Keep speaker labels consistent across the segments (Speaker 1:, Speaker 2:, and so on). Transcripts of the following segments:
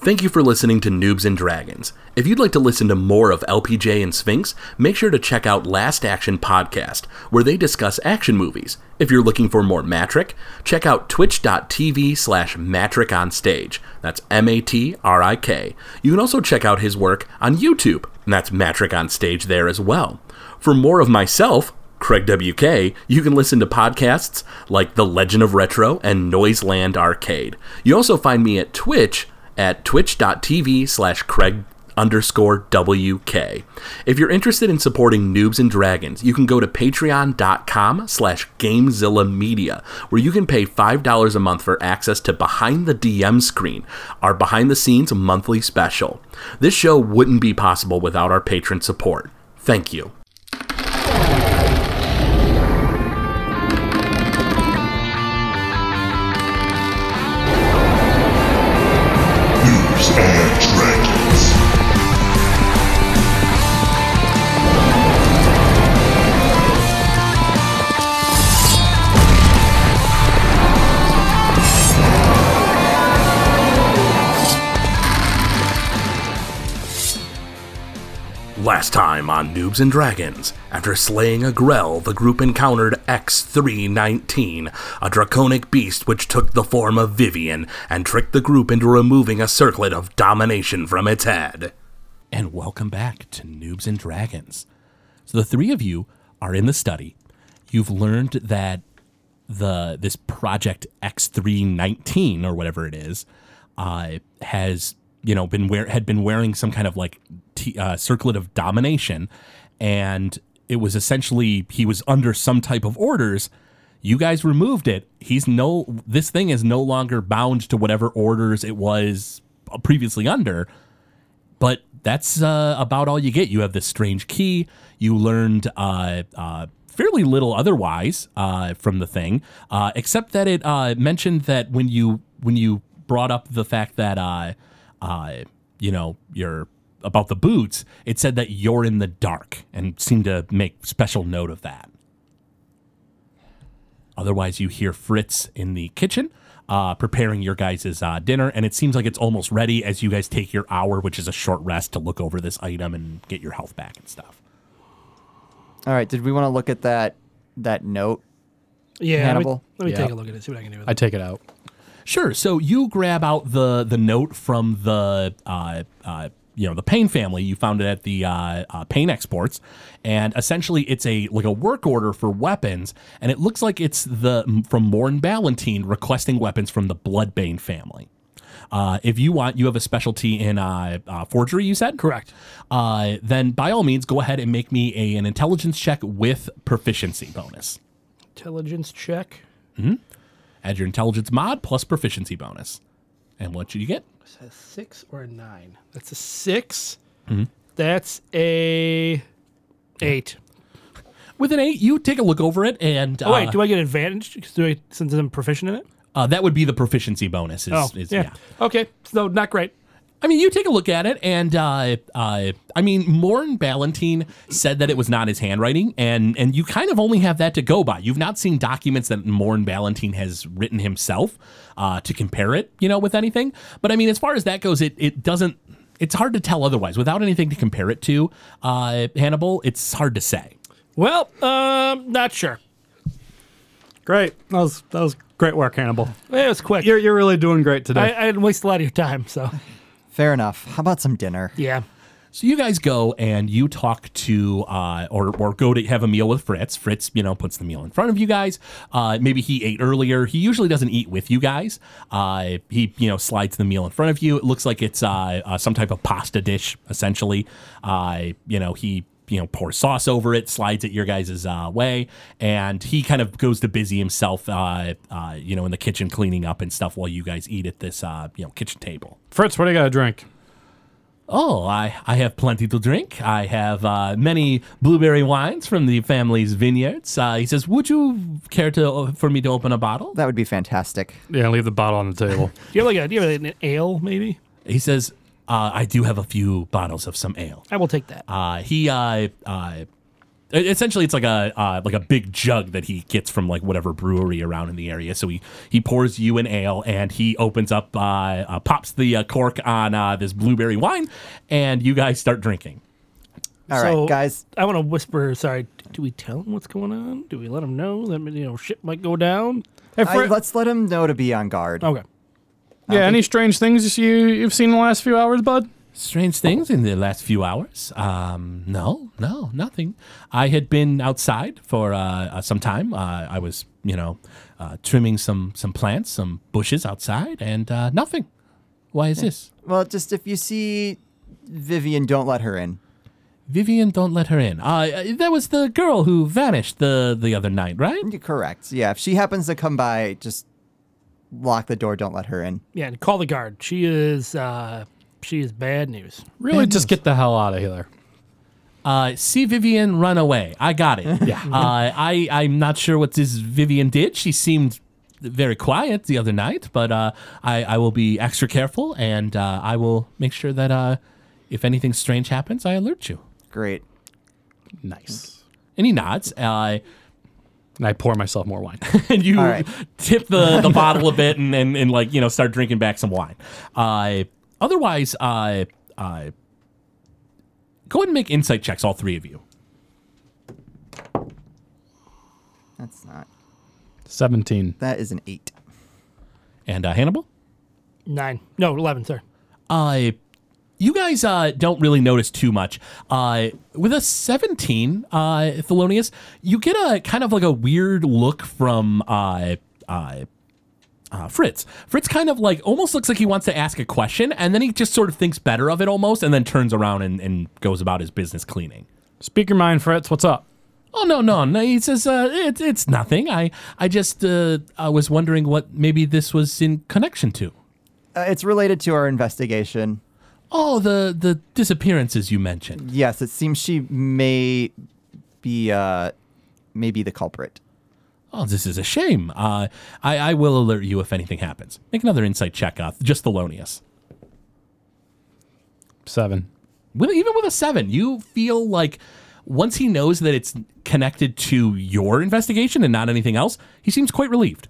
Speaker 1: Thank you for listening to Noobs and Dragons. If you'd like to listen to more of LPJ and Sphinx, make sure to check out Last Action Podcast, where they discuss action movies. If you're looking for more Matric, check out twitch.tv slash Matric on stage. That's M A T R I K. You can also check out his work on YouTube, and that's Matric on stage there as well. For more of myself, Craig WK, you can listen to podcasts like The Legend of Retro and Noiseland Arcade. You also find me at Twitch at twitch.tv slash Craig underscore WK. If you're interested in supporting Noobs and Dragons, you can go to patreon.com slash Gamezilla Media, where you can pay $5 a month for access to Behind the DM Screen, our behind-the-scenes monthly special. This show wouldn't be possible without our patron support. Thank you.
Speaker 2: Noobs and Dragons.
Speaker 1: Last time on Noobs and Dragons, after slaying a Grell, the group encountered X319, a draconic beast which took the form of Vivian and tricked the group into removing a circlet of domination from its head. And welcome back to Noobs and Dragons. So the three of you are in the study. You've learned that the this project X319 or whatever it is uh, has you know been wear had been wearing some kind of like t- uh, circlet of domination, and it was essentially he was under some type of orders. You guys removed it. He's no this thing is no longer bound to whatever orders it was previously under but that's uh, about all you get. You have this strange key. You learned uh, uh, fairly little otherwise uh, from the thing, uh, except that it uh, mentioned that when you when you brought up the fact that uh, uh, you know you're about the boots, it said that you're in the dark and seemed to make special note of that. Otherwise, you hear Fritz in the kitchen uh, preparing your guys' uh, dinner, and it seems like it's almost ready as you guys take your hour, which is a short rest, to look over this item and get your health back and stuff.
Speaker 3: All right. Did we want to look at that that note?
Speaker 4: Yeah, let me-
Speaker 3: Hannibal?
Speaker 4: Let me,
Speaker 5: Yeah.
Speaker 4: take a look at it. See what I can do with
Speaker 5: I
Speaker 4: it.
Speaker 5: take it out.
Speaker 1: Sure. So you grab out the the note from the uh, uh, you know the Payne family. You found it at the uh, uh, Payne Exports, and essentially it's a like a work order for weapons, and it looks like it's the from Morn Ballantine requesting weapons from the Bloodbane family. Uh, if you want, you have a specialty in uh, uh, forgery. You said
Speaker 4: Correct.
Speaker 1: Uh, then by all means, go ahead and make me a, an intelligence check with proficiency bonus.
Speaker 4: Intelligence check.
Speaker 1: Add your intelligence mod plus proficiency bonus, and what should you get?
Speaker 4: Is that a six or a nine? That's a 6
Speaker 5: Mm-hmm.
Speaker 4: That's a eight.
Speaker 1: With an eight, you take a look over it, and uh,
Speaker 4: Oh wait, do I get advantage 'Cause do I, since I'm proficient in it?
Speaker 1: uh, that would be the proficiency bonus. Is,
Speaker 4: Oh,
Speaker 1: is,
Speaker 4: yeah. Okay, so not great.
Speaker 1: I mean, you take a look at it, and uh, uh, I mean, Morn Ballantine said that it was not his handwriting, and and you kind of only have that to go by. You've not seen documents that Morn Ballantine has written himself uh, to compare it, you know, with anything. But I mean, as far as that goes, it it doesn't. It's hard to tell otherwise. Without anything to compare it to, uh, Hannibal, it's hard to say.
Speaker 4: Well, um, not sure.
Speaker 5: Great. That was that was great work, Hannibal.
Speaker 4: It was quick.
Speaker 5: You're you're really doing great today.
Speaker 4: I, I didn't waste a lot of your time, so
Speaker 3: Fair enough. How about some dinner?
Speaker 4: yeah.
Speaker 1: So you guys go and you talk to, uh, or or go to have a meal with Fritz. Fritz, you know, puts the meal in front of you guys. Uh, maybe he ate earlier. He usually doesn't eat with you guys. Uh, he, you know, slides the meal in front of you. It looks like it's uh, uh, some type of pasta dish, essentially. Uh, you know, he you know pour sauce over it slides it your guys' uh, way and he kind of goes to busy himself uh, uh, you know in the kitchen cleaning up and stuff while you guys eat at this uh, you know kitchen table
Speaker 5: Fritz, what do you got to drink?
Speaker 1: Oh, I, I have plenty to drink. I have uh, many blueberry wines from the family's vineyards. Uh, he says, Would you care to for me to open a bottle?
Speaker 3: That would be fantastic.
Speaker 5: Yeah, leave the bottle on the table.
Speaker 4: Do you have like a, do you have an ale maybe?
Speaker 1: He says, uh, I do have a few bottles of some ale.
Speaker 4: I will take that.
Speaker 1: Uh, he uh, uh, E- Essentially, it's like a uh, like a big jug that he gets from like whatever brewery around in the area. So he he pours you an ale, and he opens up, uh, uh, pops the uh, cork on uh, this blueberry wine, and you guys start drinking.
Speaker 3: All right,
Speaker 4: So,
Speaker 3: guys.
Speaker 4: I want to whisper. Sorry, do we tell him what's going on? Do we let him know that you know shit might go down?
Speaker 5: Hey,
Speaker 3: I,
Speaker 5: Fred-
Speaker 3: let's let him know to be on guard.
Speaker 4: Okay.
Speaker 5: yeah, any strange things you you've seen in the last few hours, bud?
Speaker 1: strange things in the last few hours. Um, no, no, nothing. I had been outside for uh, uh, some time. Uh, I was, you know, uh, trimming some some plants, some bushes outside, and uh, nothing. Why is this?
Speaker 3: Well, just if you see Vivian, don't let her in.
Speaker 1: Vivian, don't let her in. Uh, that was the girl who vanished the the other night, right?
Speaker 3: You're correct. Yeah, if she happens to come by, just lock the door. Don't let her in.
Speaker 4: Yeah, and call the guard. She is uh she is bad news.
Speaker 5: Really, just get the hell out of here.
Speaker 1: Uh, see Vivian run away. I got it. yeah. Uh, I I'm not sure what this Vivian did. She seemed very quiet the other night, but uh, I I will be extra careful and uh, I will make sure that uh, if anything strange happens, I alert you.
Speaker 3: Great.
Speaker 5: Nice.
Speaker 1: And he nods. Uh,
Speaker 5: And I pour myself more wine.
Speaker 1: and you
Speaker 3: All right.
Speaker 1: tip the, the bottle a bit and, and, and like you know start drinking back some wine. Uh, otherwise, I uh, uh, go ahead and make insight checks, all three of you.
Speaker 3: That's not.
Speaker 5: Seventeen.
Speaker 3: That is an eight.
Speaker 1: And uh, Hannibal.
Speaker 4: Nine. No, eleven, sorry.
Speaker 1: Uh, you guys uh, don't really notice too much. Uh, with a 17, uh, Thelonious, you get a kind of like a weird look from uh, uh, uh, Fritz. Fritz kind of like almost looks like he wants to ask a question, and then he just sort of thinks better of it almost, and then turns around and, and goes about his business cleaning.
Speaker 5: Speak your mind, Fritz. What's up?
Speaker 1: Oh no no no! He says uh, it's it's nothing. I I just uh, I was wondering what maybe this was in connection to.
Speaker 3: Uh, it's related to our investigation.
Speaker 1: Oh the the disappearances you mentioned.
Speaker 3: Yes, it seems she may be uh may be the culprit.
Speaker 1: Oh, this is a shame. Uh, I, I will alert you if anything happens. Make another insight check, uh, just Thelonious.
Speaker 5: Seven.
Speaker 1: With, even with a seven, you feel like once he knows that it's connected to your investigation and not anything else, he seems quite relieved.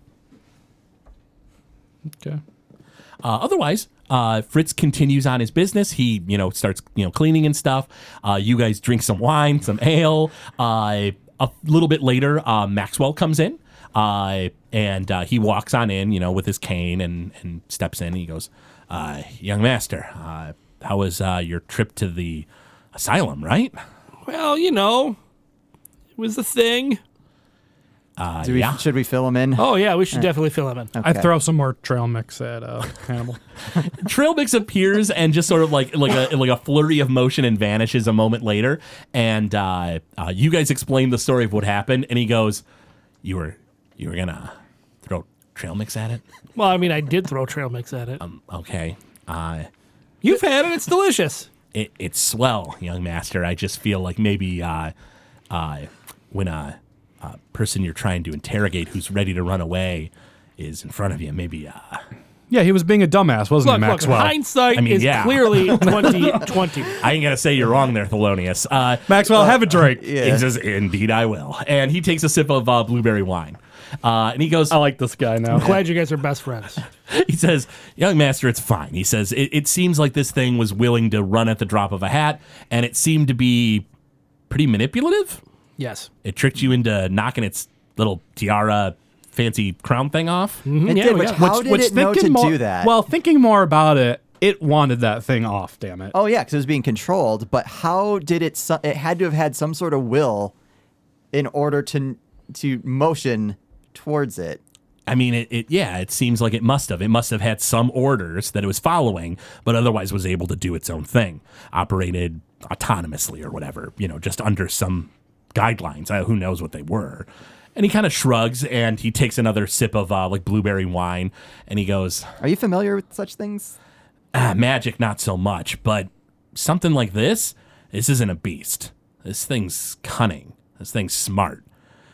Speaker 5: Okay.
Speaker 1: Uh, otherwise, uh, Fritz continues on his business. He, you know, starts, you know, cleaning and stuff. Uh, you guys drink some wine, some ale. Uh, a little bit later, uh, Maxwell comes in. Uh, and uh, he walks on in, you know, with his cane and, and steps in. And he goes, uh, Young master, uh, that was uh, your trip to the asylum, right?
Speaker 4: Well, you know. It was the thing.
Speaker 1: Uh,
Speaker 3: Do we
Speaker 1: yeah.
Speaker 3: should we fill him in?
Speaker 4: Oh yeah, we should definitely fill him in.
Speaker 5: I
Speaker 3: Okay.
Speaker 5: throw some more trail mix at uh, Hannibal.
Speaker 1: Trail mix appears and just sort of like like a like a flurry of motion and vanishes a moment later. And uh, uh, you guys explain the story of what happened, and he goes, "You were you were gonna throw trail mix at it?
Speaker 4: Well, I mean I did throw trail mix at it.
Speaker 1: Um, okay, uh,
Speaker 4: You've had it, it's delicious.
Speaker 1: it, it's swell, young master. I just feel like maybe uh, uh, when a, a person you're trying to interrogate who's ready to run away is in front of you, maybe." Uh,
Speaker 5: yeah, he was being a dumbass, wasn't
Speaker 4: Look,
Speaker 5: he,
Speaker 4: look,
Speaker 5: Maxwell?
Speaker 4: hindsight
Speaker 1: I mean,
Speaker 4: is
Speaker 1: yeah.
Speaker 4: clearly 2020.
Speaker 1: I ain't gonna say you're wrong there, Thelonious. Uh,
Speaker 5: Maxwell, have a drink.
Speaker 1: He says, indeed, I will. And he takes a sip of uh, blueberry wine. Uh, and he goes,
Speaker 5: I like this guy now.
Speaker 4: Glad you guys are best friends.
Speaker 1: he says, young master, it's fine. He says, it, it seems like this thing was willing to run at the drop of a hat, and it seemed to be pretty manipulative.
Speaker 4: Yes.
Speaker 1: It tricked you into knocking its little tiara, fancy crown thing off.
Speaker 3: it
Speaker 4: yeah,
Speaker 3: did,
Speaker 4: we
Speaker 3: which,
Speaker 4: got it.
Speaker 3: how did it know to
Speaker 5: thinking more-
Speaker 3: do that?
Speaker 5: Well, thinking more about it, it wanted that thing off. Damn it.
Speaker 3: oh yeah, because it was being controlled. But how did it? su- It had to have had some sort of will in order to to motion towards it.
Speaker 1: I mean, it, it, yeah, it seems like it must have. It must have had some orders that it was following, but otherwise was able to do its own thing, operated autonomously or whatever, you know, just under some guidelines. Uh, who knows what they were? And he kind of shrugs and he takes another sip of uh, like blueberry wine and he goes,
Speaker 3: Are you familiar with such things?
Speaker 1: ah, magic, not so much, but something like this, this isn't a beast. This thing's cunning. This thing's smart.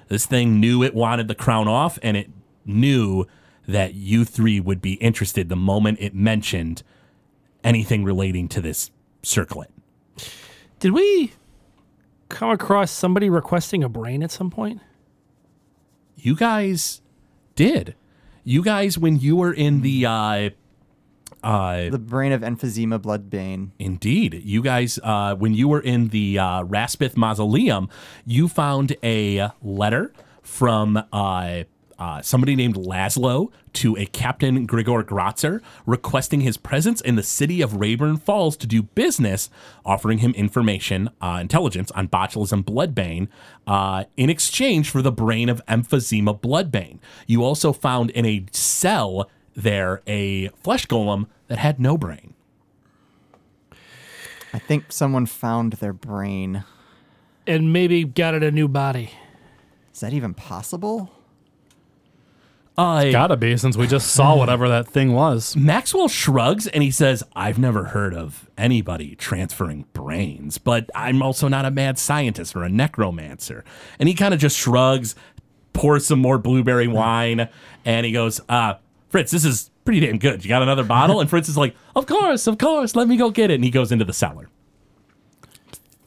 Speaker 1: This thing knew it wanted the crown off, and it knew that you three would be interested the moment it mentioned anything relating to this circlet.
Speaker 4: Did we come across somebody requesting a brain at some point?
Speaker 1: you guys did. You guys, when you were in the, uh, uh,
Speaker 3: The brain of emphysema bloodbane.
Speaker 1: indeed, you guys, uh, when you were in the uh, Raspith Mausoleum, you found a letter from uh, uh, somebody named Laszlo to a Captain Grigor Gratzer requesting his presence in the city of Rayburn Falls to do business, offering him information, uh, intelligence on botulism bloodbane uh, in exchange for the brain of emphysema bloodbane. You also found in a cell there a flesh golem that had no brain.
Speaker 3: I think someone found their brain.
Speaker 4: And maybe got it a new body.
Speaker 3: Is that even possible?
Speaker 1: Uh,
Speaker 5: Gotta be, since we just saw whatever that thing was.
Speaker 1: Maxwell shrugs and he says, I've never heard of anybody transferring brains, but I'm also not a mad scientist or a necromancer. And he kind of just shrugs, pours some more blueberry wine, and he goes, uh, Fritz, this is pretty damn good. You got another bottle? And Fritz is like, Of course, of course, let me go get it. And he goes into the cellar.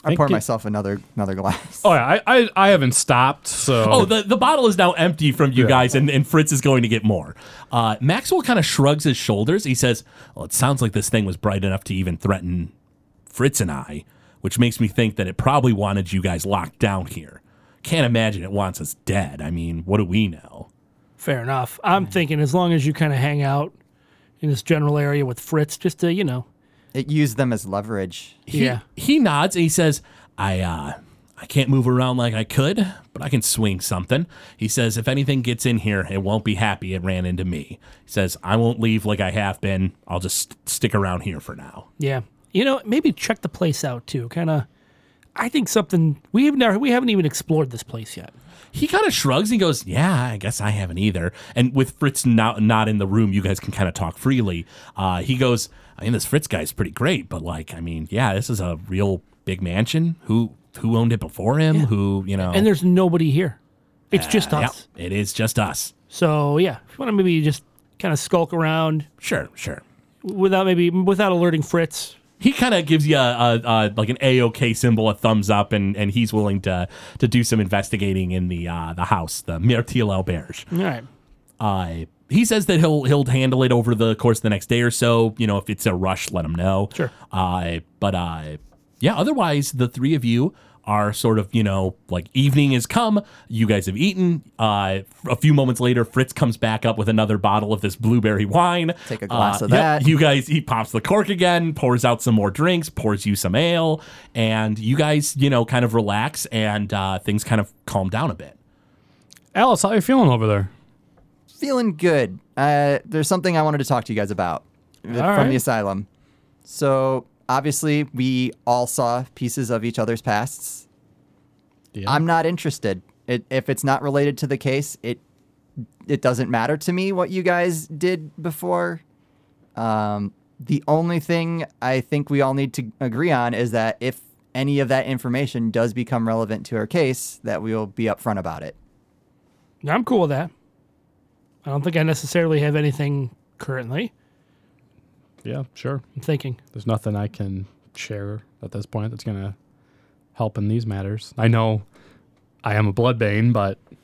Speaker 3: I poured
Speaker 5: it-
Speaker 3: myself another another glass.
Speaker 5: Oh, yeah, I, I, I haven't stopped, so.
Speaker 1: Oh, the, the bottle is now empty from you guys, and, and Fritz is going to get more. Uh, Maxwell kind of shrugs his shoulders. He says, Well, it sounds like this thing was bright enough to even threaten Fritz and I, which makes me think that it probably wanted you guys locked down here. Can't imagine it wants us dead. I mean, what do we know?
Speaker 4: Fair enough. I'm thinking as long as you kind of hang out in this general area with Fritz, just to, you know.
Speaker 3: It used them as leverage.
Speaker 1: He,
Speaker 4: Yeah.
Speaker 1: He nods and he says, I, uh, I can't move around like I could, but I can swing something. He says, if anything gets in here, it won't be happy it ran into me. He says, I won't leave like I have been. I'll just st- stick around here for now.
Speaker 4: Yeah. You know, maybe check the place out too. Kind of. I think something we've never we haven't even explored this place yet.
Speaker 1: He kind of shrugs and goes, Yeah, I guess I haven't either. And with Fritz not, not in the room, you guys can kind of talk freely. Uh, he goes, I mean, this Fritz guy's pretty great, but like, I mean, yeah, this is a real big mansion. Who who owned it before him? Who, you know?
Speaker 4: And there's nobody here. It's just
Speaker 1: Uh, yeah,
Speaker 4: us.
Speaker 1: it is just us.
Speaker 4: So yeah, if you want to maybe just kind of skulk around
Speaker 1: Sure, sure.
Speaker 4: without maybe without alerting Fritz.
Speaker 1: He kind of gives you a, a, a like an AOK symbol, a thumbs up, and, and he's willing to to do some investigating in the uh, the house, the Myrtille Auberge.
Speaker 4: All right.
Speaker 1: Uh, he says that he'll he'll handle it over the course of the next day or so. You know, if it's a rush, let him know.
Speaker 4: Sure.
Speaker 1: Uh, but uh, yeah. Otherwise, the three of you are sort of you know like evening has come. You guys have eaten. Uh, a few moments later, Fritz comes back up with another bottle of this blueberry wine.
Speaker 3: Take a glass
Speaker 1: Uh,
Speaker 3: of
Speaker 1: yep,
Speaker 3: that.
Speaker 1: you guys, he pops the cork again, pours out some more drinks, pours you some ale, and you guys you know kind of relax and uh, things kind of calm down a bit.
Speaker 5: Alice, how you feeling over there?
Speaker 3: Feeling good. Uh, there's something I wanted to talk to you guys about from
Speaker 5: right.
Speaker 3: the asylum. So obviously, we all saw pieces of each other's pasts.
Speaker 5: Yeah.
Speaker 3: I'm not interested. It, if it's not related to the case, it it doesn't matter to me what you guys did before. Um, the only thing I think we all need to agree on is that if any of that information does become relevant to our case, that we will be upfront about it.
Speaker 4: Now I'm cool with that. I don't think I necessarily have anything currently.
Speaker 5: Yeah, sure.
Speaker 4: I'm thinking.
Speaker 5: There's nothing I can share at this point that's going to help in these matters. I know I am a bloodbane, but I'm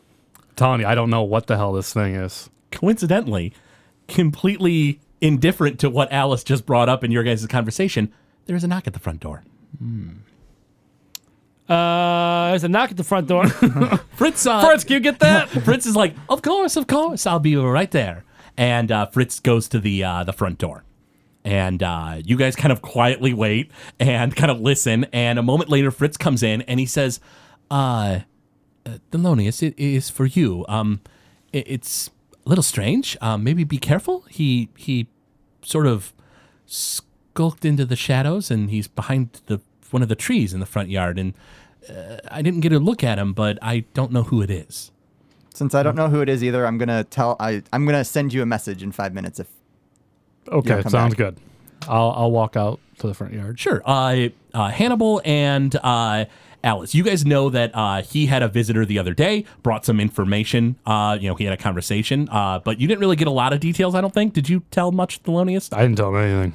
Speaker 5: telling you, I don't know what the hell this thing is.
Speaker 1: coincidentally, completely indifferent to what Alice just brought up in your guys' conversation, there is a knock at the front door.
Speaker 4: Uh, there's a knock at the front door.
Speaker 1: Fritz, uh,
Speaker 5: Fritz, can you get that?
Speaker 1: Fritz is like, of course, of course, I'll be right there. And uh, Fritz goes to the uh, the front door, and uh, you guys kind of quietly wait and kind of listen. And a moment later, Fritz comes in and he says, "Uh, uh Thelonious, it is for you. Um, i- it's a little strange. Um, maybe be careful. He he, sort of." skulked into the shadows and he's behind the one of the trees in the front yard and uh, I didn't get a look at him but I don't know who it is.
Speaker 3: Since I don't know who it is either, I'm gonna tell. I I'm gonna send you a message in five minutes. If
Speaker 5: Okay,
Speaker 3: Yeah, come
Speaker 5: sounds
Speaker 3: back.
Speaker 5: good. I'll, I'll walk out to the front yard.
Speaker 1: Sure. Uh, uh, Hannibal and uh, Alice, you guys know that uh, he had a visitor the other day, brought some information. Uh, you know, he had a conversation, uh, but you didn't really get a lot of details, I don't think. Did you tell much, Thelonious?
Speaker 5: I didn't tell him anything.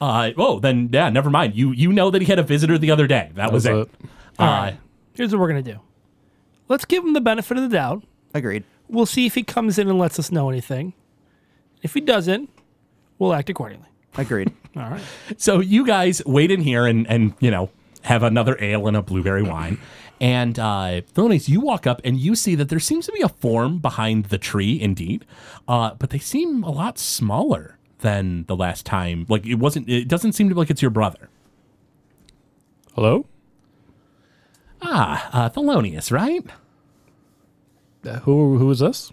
Speaker 1: Uh, oh, then, yeah, never mind. You you know that he had a visitor the other day. That, was,
Speaker 5: was
Speaker 1: it.
Speaker 5: it.
Speaker 1: Uh,
Speaker 4: Here's what we're gonna do. Let's give him the benefit of the doubt.
Speaker 3: Agreed.
Speaker 4: We'll see if he comes in and lets us know anything. If he doesn't, we'll act accordingly.
Speaker 3: Agreed.
Speaker 4: All right.
Speaker 1: So you guys wait in here and and you know have another ale and a blueberry wine. And uh, Thelonious, you walk up and you see that there seems to be a form behind the tree, indeed, uh, but they seem a lot smaller than the last time. Like it wasn't. It doesn't seem to be like it's your brother.
Speaker 5: Hello?
Speaker 1: Ah, uh, Thelonious, right?
Speaker 5: Uh, who who is this?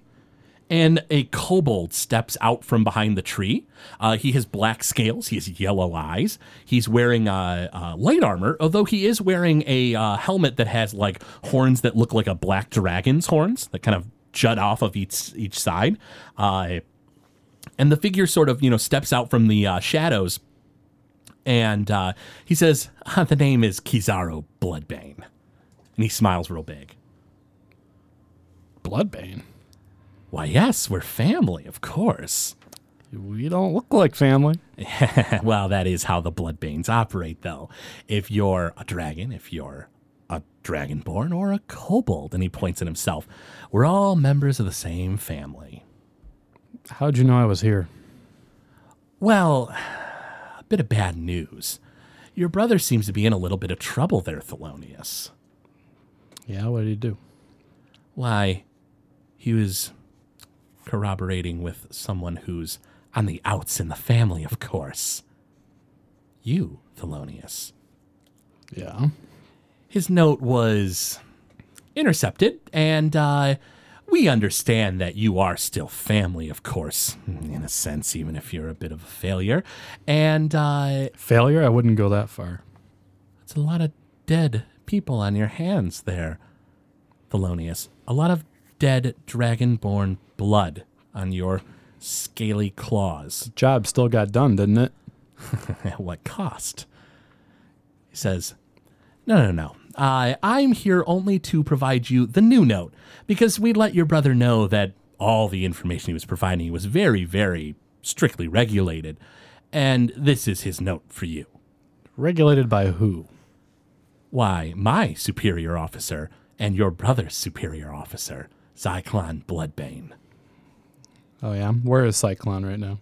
Speaker 1: and a kobold steps out from behind the tree. Uh, he has black scales. He has yellow eyes. He's wearing uh, uh, light armor, although he is wearing a uh, helmet that has like horns that look like a black dragon's horns that kind of jut off of each each side. Uh, and the figure sort of you know steps out from the uh, shadows, and uh, he says, "Ah, "The name is Kizaru Bloodbane," and he smiles real big.
Speaker 5: Bloodbane.
Speaker 1: Why, yes, we're family, of course.
Speaker 5: We don't look like family.
Speaker 1: well, that is how the Bloodbanes operate, though. If you're a dragon, if you're a dragonborn or a kobold, and he points at himself, we're all members of the same family.
Speaker 5: How'd you know I was here?
Speaker 1: Well, a bit of bad news. Your brother seems to be in a little bit of trouble there, Thelonious.
Speaker 5: Yeah, what did you do?
Speaker 1: Why, he was corroborating with someone who's on the outs in the family, of course. You, Thelonious.
Speaker 5: Yeah.
Speaker 1: his note was intercepted, and uh, we understand that you are still family, of course, in a sense, even if you're a bit of a failure. And uh,
Speaker 5: Failure? I wouldn't go that far.
Speaker 1: it's a lot of dead people on your hands there, Thelonious. A lot of dead dragonborn blood on your scaly claws.
Speaker 5: Job still got done, didn't it?
Speaker 1: At what cost? He says, No, no, no. Uh, I'm here only to provide you the new note because we let your brother know that all the information he was providing was very, very strictly regulated. And this is his note for you.
Speaker 5: Regulated by who?
Speaker 1: Why, my superior officer and your brother's superior officer, Zyklon Bloodbane.
Speaker 5: Oh yeah. Where is Cyclone right now?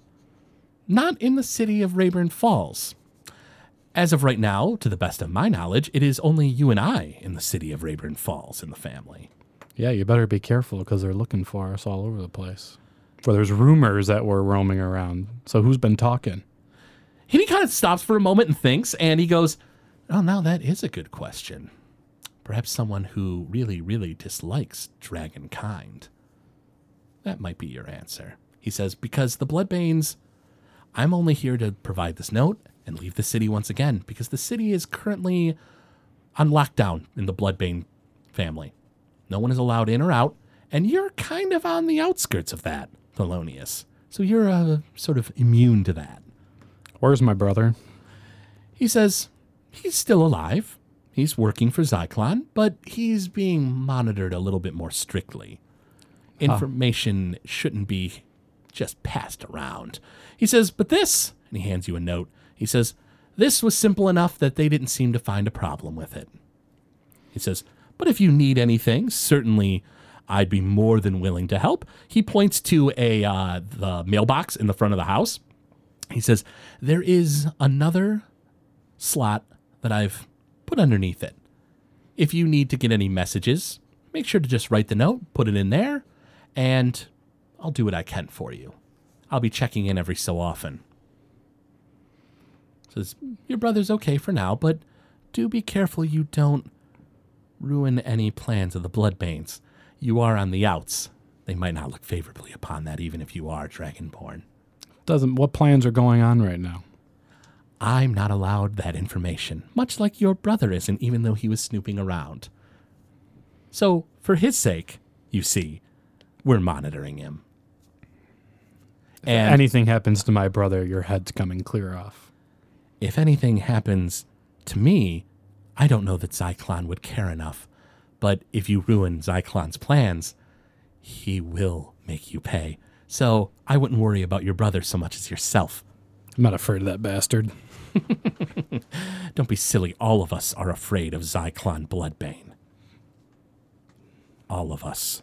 Speaker 1: not in the city of Rayburn Falls. As of right now, to the best of my knowledge, it is only you and I in the city of Rayburn Falls in the family.
Speaker 5: Yeah, you better be careful because they're looking for us all over the place. Well, there's rumors that we're roaming around. So who's been talking?
Speaker 1: And he kind of stops for a moment and thinks, and he goes, Oh, now that is a good question. Perhaps someone who really, really dislikes dragon kind. That might be your answer. He says, Because the Bloodbanes, I'm only here to provide this note and leave the city once again, because the city is currently on lockdown in the Bloodbane family. No one is allowed in or out, and you're kind of on the outskirts of that, Thelonious. So you're uh, sort of immune to that.
Speaker 5: Where's my brother?
Speaker 1: He says he's still alive. He's working for Zyklon, but he's being monitored a little bit more strictly. Information shouldn't be just passed around. He says, but this, and he hands you a note. He says, this was simple enough that they didn't seem to find a problem with it. He says, But if you need anything, certainly I'd be more than willing to help. He points to a uh, the mailbox in the front of the house. He says, There is another slot that I've put underneath it. If you need to get any messages, make sure to just write the note, put it in there, and I'll do what I can for you. I'll be checking in every so often. Says, Your brother's okay for now, but do be careful you don't ruin any plans of the Bloodbanes. You are on the outs. They might not look favorably upon that, even if you are Dragonborn.
Speaker 5: Doesn't what plans are going on right now?
Speaker 1: I'm not allowed that information, much like your brother isn't, even though he was snooping around. So, for his sake, you see, we're monitoring him. And
Speaker 5: Anything happens to my brother, your head's coming clear off.
Speaker 1: if anything happens to me, I don't know that Zyklon would care enough. But if you ruin Zyklon's plans, he will make you pay. So I wouldn't worry about your brother so much as yourself.
Speaker 5: I'm not afraid of that bastard.
Speaker 1: Don't be silly. All of us are afraid of Zyklon Bloodbane. all of us.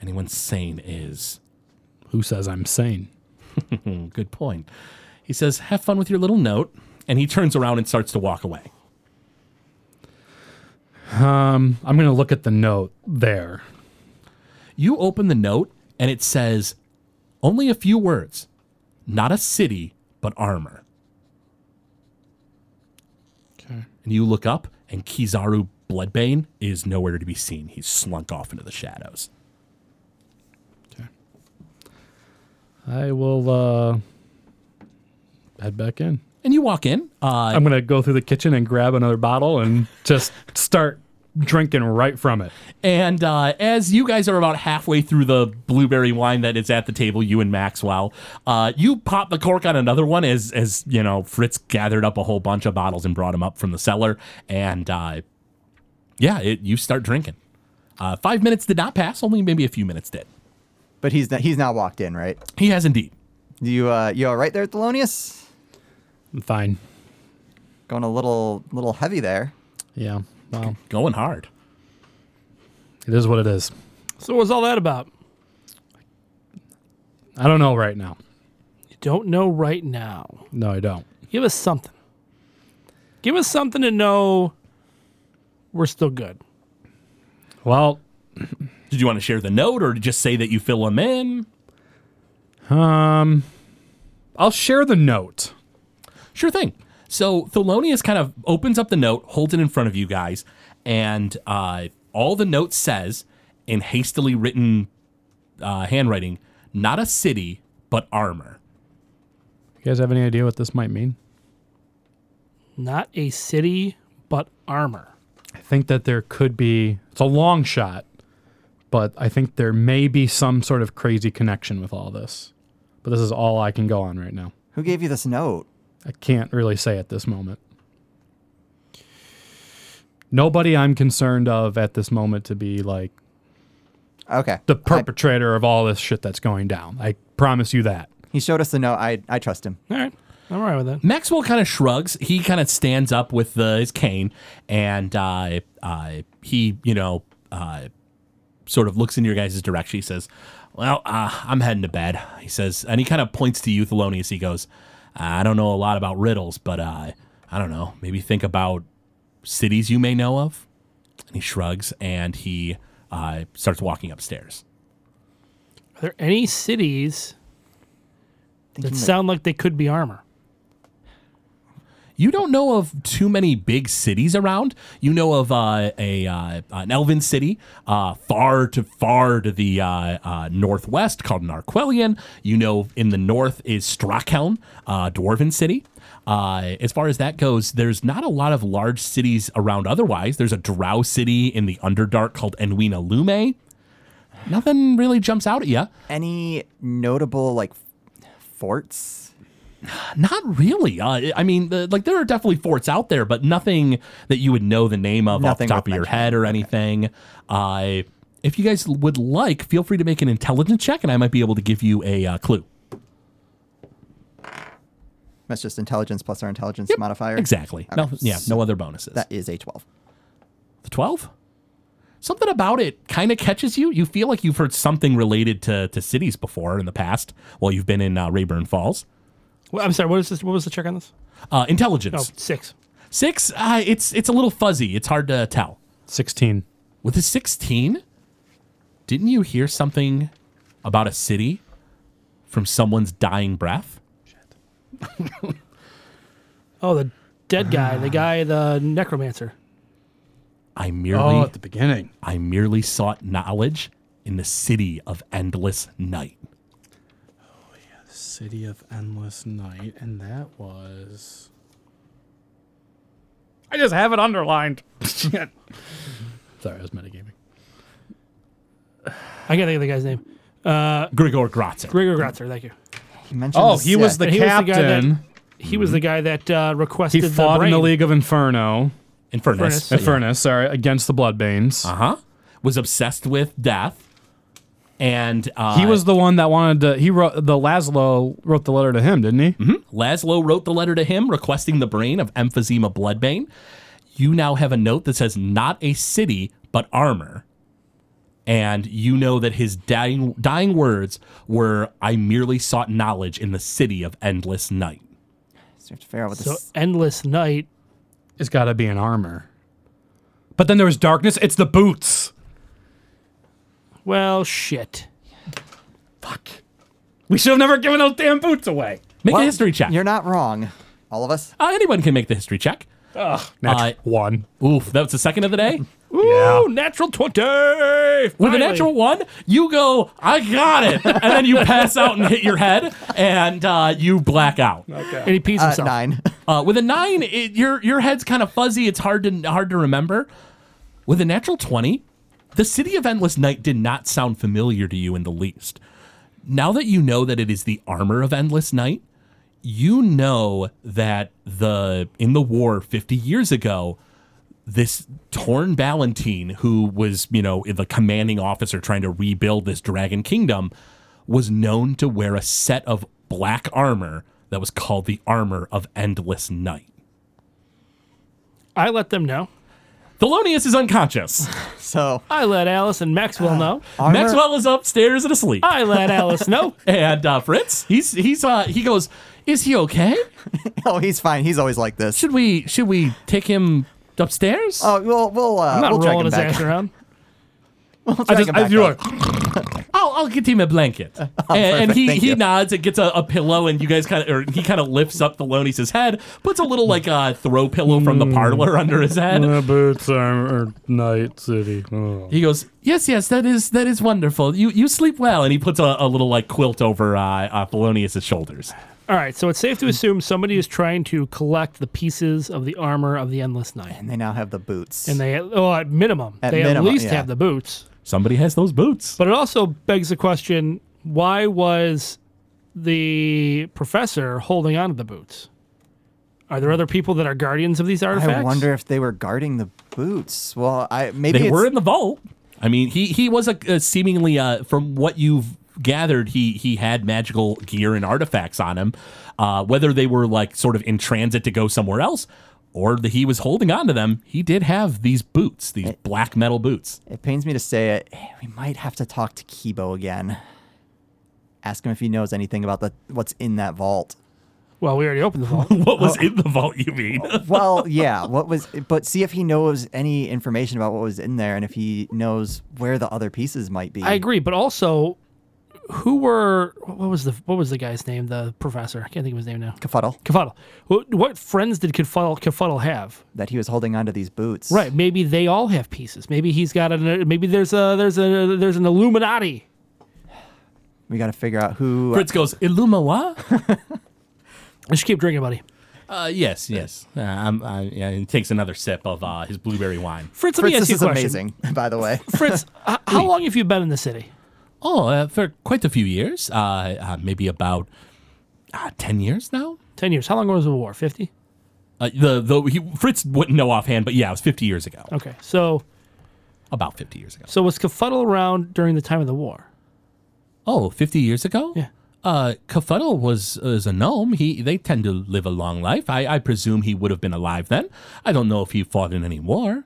Speaker 1: Anyone sane is.
Speaker 5: Who says I'm sane?
Speaker 1: Mm, Good point. He says, Have fun with your little note. And he turns around and starts to walk away.
Speaker 5: I'm going to look at the note there.
Speaker 1: You open the note and it says only a few words. Not a city, but armor.
Speaker 5: Okay.
Speaker 1: And you look up and Kizaru Bloodbane is nowhere to be seen. He's slunk off into the shadows.
Speaker 5: I will uh, head back in.
Speaker 1: And you walk in. Uh,
Speaker 5: I'm going to go through the kitchen and grab another bottle and just start drinking right from it.
Speaker 1: And uh, as you guys are about halfway through the blueberry wine that is at the table, you and Maxwell, uh, you pop the cork on another one as as you know Fritz gathered up a whole bunch of bottles and brought them up from the cellar, and uh, yeah, it, you start drinking. Uh, five minutes did not pass; only maybe a few minutes did.
Speaker 3: But he's not, he's not walked in, right?
Speaker 1: He has indeed.
Speaker 3: You uh, you all right there, Thelonious?
Speaker 5: I'm fine.
Speaker 3: Going a little little heavy there.
Speaker 5: Yeah. Well,
Speaker 1: Going hard.
Speaker 5: it is what it is.
Speaker 4: So what's all that about?
Speaker 5: I don't know right now.
Speaker 4: You don't know right now.
Speaker 5: No, I don't.
Speaker 4: Give us something. Give us something to know we're still good.
Speaker 5: Well,
Speaker 1: Did you want to share the note, or just say that you fill him in?
Speaker 5: um, I'll share the note.
Speaker 1: Sure thing. So Thelonious kind of opens up the note, holds it in front of you guys, and uh, all the note says in hastily written uh, handwriting, not a city, but armor.
Speaker 5: You guys have any idea what this might mean?
Speaker 4: Not a city, but armor.
Speaker 5: I think that there could be, it's a long shot, but I think there may be some sort of crazy connection with all this. But this is all I can go on right now.
Speaker 3: Who gave you this note?
Speaker 5: I can't really say at this moment. Nobody I'm concerned of at this moment to be like
Speaker 3: Okay.
Speaker 5: the perpetrator of all this shit that's going down. I promise you that.
Speaker 3: He showed us the note. I I trust him.
Speaker 4: All right. I'm all right with that.
Speaker 1: Maxwell kind of shrugs. He kind of stands up with the, his cane, and uh, uh, he, you know, uh, sort of looks in your guys' direction. He says, "Well, uh, I'm heading to bed." He says, and he kind of points to you, Thelonious. He goes, "I don't know a lot about riddles, but uh, I don't know. Maybe think about cities you may know of." And he shrugs, and he uh, starts walking upstairs.
Speaker 4: Are there any cities that
Speaker 3: Thinking that-
Speaker 4: sound like they could be armor?
Speaker 1: You don't know of too many big cities around. You know of uh, a uh, an elven city uh, far to far to the uh, uh, northwest called Narquelion. You know in the north is Strackhelm, uh, dwarven city. Uh, as far as that goes, there's not a lot of large cities around. Otherwise, there's a drow city in the Underdark called Enwina Lume. Nothing really jumps out at you.
Speaker 3: Any notable like forts?
Speaker 1: Not really. Uh, I mean, the, like there are definitely forts out there, but nothing that you would know the name of
Speaker 3: Nothing
Speaker 1: off the top of
Speaker 3: worth
Speaker 1: your head or anything. Uh, if you guys would like, feel free to make an intelligence check, and I might be able to give you a uh, clue.
Speaker 3: That's just intelligence plus our intelligence modifier.
Speaker 1: Exactly. No, yeah, no other bonuses.
Speaker 3: That is a twelve.
Speaker 1: the twelve. Something about it kind of catches you. You feel like you've heard something related to to cities before in the past while you've been in uh, Rayburn Falls.
Speaker 4: Well, I'm sorry. What is this? What was the check on this?
Speaker 1: Uh, intelligence
Speaker 4: Oh, six.
Speaker 1: six. Uh, it's it's a little fuzzy. It's hard to tell.
Speaker 5: 16.
Speaker 1: With a 16? Didn't you hear something about a city from someone's dying breath?
Speaker 4: Oh, the dead guy, the guy, the necromancer.
Speaker 1: I merely
Speaker 5: Oh, beginning.
Speaker 1: I merely sought knowledge in the city of endless night.
Speaker 5: City of Endless Night, and that was. I just have it underlined. Shit. Sorry, I was metagaming.
Speaker 4: I can't think of the guy's name.
Speaker 1: Grigor Grazer.
Speaker 4: Gregor Gratzer. Thank you.
Speaker 3: He mentioned
Speaker 5: Oh,
Speaker 3: this-
Speaker 5: he was
Speaker 3: yeah.
Speaker 4: He
Speaker 5: the
Speaker 4: was the guy that-
Speaker 5: captain.
Speaker 4: He was the guy that uh, requested
Speaker 5: He fought
Speaker 4: the
Speaker 5: in the
Speaker 4: brain.
Speaker 5: League of Inferno.
Speaker 1: Infernus.
Speaker 4: Infernus. Yeah.
Speaker 5: Infernus, sorry, against the Bloodbanes.
Speaker 1: Uh huh. Was obsessed with death. And uh,
Speaker 5: He was the one that wanted to. He wrote the Laszlo wrote the letter to him, didn't he?
Speaker 1: Laszlo wrote the letter to him requesting the brain of emphysema bloodbane. You now have a note that says not a city, but armor. and you know that his dying dying words were, "I merely sought knowledge in the city of endless night."
Speaker 3: So we have to figure out what
Speaker 4: So
Speaker 3: this.
Speaker 4: endless night.
Speaker 5: It's got to be an armor. But then there was darkness. It's the boots.
Speaker 4: Well, shit.
Speaker 5: Fuck. We should have never given those damn boots away.
Speaker 1: Make
Speaker 3: Well,
Speaker 1: a history check.
Speaker 3: You're not wrong. All of us.
Speaker 1: Uh, anyone can make the history check.
Speaker 5: Natural one.
Speaker 1: Oof, that was the second of the day.
Speaker 5: Yeah.
Speaker 4: Ooh, natural twenty. With
Speaker 1: With a natural one, you go, I got it. and then you pass out and hit your head, and uh, you black out.
Speaker 4: and he pees
Speaker 3: Uh,
Speaker 4: himself.
Speaker 3: nine.
Speaker 1: Uh, with a nine, it, your your head's kind of fuzzy. It's hard to hard to remember. With a natural twenty, the city of endless night did not sound familiar to you in the least. Now that you know that it is the armor of endless night, you know that the in the war fifty years ago, this torn Valentine, who was, you know, the commanding officer trying to rebuild this Dragon Kingdom, was known to wear a set of black armor that was called the Armor of Endless Night.
Speaker 4: I let them know.
Speaker 1: Thelonious is unconscious.
Speaker 3: So
Speaker 4: I let Alice and Maxwell know.
Speaker 3: armor.
Speaker 1: Maxwell is upstairs and asleep.
Speaker 4: I let Alice know.
Speaker 1: And uh, Fritz, he's he's uh, he goes, is he okay?
Speaker 3: Oh, he's fine. He's always like this.
Speaker 1: Should we should we take him upstairs?
Speaker 3: Oh, we'll we'll uh,
Speaker 4: I'm not
Speaker 3: we'll drag
Speaker 4: rolling
Speaker 3: him
Speaker 4: his
Speaker 3: back.
Speaker 4: ass around.
Speaker 3: We'll drag him back up.
Speaker 1: I'll, I'll get him a blanket. and, and
Speaker 3: Oh, perfect.
Speaker 1: he,
Speaker 3: Thank
Speaker 1: he
Speaker 3: you.
Speaker 1: nods and gets a, a pillow, and you guys kind of, or he kind of lifts up Thelonious's head, puts a little like uh, throw pillow from the parlor
Speaker 3: Mm.
Speaker 1: under his head.
Speaker 5: Uh, boots armor night city.
Speaker 1: He goes, yes, yes, that is that is wonderful. You you sleep well, and he puts a, a little like quilt over uh, uh, Thelonious's shoulders.
Speaker 4: All right, so it's safe to assume somebody is trying to collect the pieces of the armor of the Endless Night.
Speaker 3: And they now have the boots.
Speaker 4: And they, oh, at minimum,
Speaker 3: At
Speaker 4: they
Speaker 3: minimum,
Speaker 4: at least
Speaker 3: yeah.
Speaker 4: have the boots.
Speaker 1: Somebody has those boots.
Speaker 4: But it also begs the question why was the professor holding on to the boots? Are there other people that are guardians of these artifacts?
Speaker 3: I wonder if they were guarding the boots. Well, I maybe
Speaker 1: They
Speaker 3: it's,
Speaker 1: were in the vault. I mean, he he was a, a seemingly uh, from what you've gathered, he he had magical gear and artifacts on him. Uh, whether they were like sort of in transit to go somewhere else, or that he was holding on to them, he did have these boots, these black metal boots.
Speaker 3: It pains me to say it. We might have to talk to Kibo again. Ask him if he knows anything about the what's in that vault.
Speaker 4: Well, we already opened the vault.
Speaker 1: What was in the vault? You mean?
Speaker 3: Well, yeah, what was but see if he knows any information about what was in there and if he knows where the other pieces might be.
Speaker 4: I agree, but also, who were what was the what was the guy's name? The professor. I can't think of his name now.
Speaker 3: Kefuddle,
Speaker 4: Kefuddle. What, what friends did Kefuddle, Kefuddle have?
Speaker 3: that he was holding onto these boots.
Speaker 4: Right. Maybe they all have pieces. Maybe he's got an. Maybe there's a there's a there's an Illuminati.
Speaker 3: We got to figure out who
Speaker 1: Fritz goes, Illumawa?
Speaker 4: Just keep drinking, buddy.
Speaker 1: Uh, yes, yes. Uh, I'm, I, yeah, he takes another sip of uh, his blueberry wine.
Speaker 4: Fritz, let
Speaker 3: Fritz,
Speaker 4: me ask
Speaker 3: this
Speaker 4: you
Speaker 3: is
Speaker 4: a question.
Speaker 3: amazing, by the way.
Speaker 4: Fritz, h- how long have you been in the city?
Speaker 1: Oh, uh, for quite a few years. Uh, uh, maybe about uh, 10 years now?
Speaker 4: Ten years. How long was the war? Fifty.
Speaker 1: Uh, the the he, Fritz wouldn't know offhand, but yeah, it was 50 years ago.
Speaker 4: Okay. So
Speaker 1: About 50 years ago.
Speaker 4: so was Kefuddle around during the time of the war?
Speaker 1: Oh, 50 years ago?
Speaker 4: Yeah.
Speaker 1: Uh, Caffuddle was is a gnome. He they tend to live a long life. I, I presume he would have been alive then. I don't know if he fought in any war.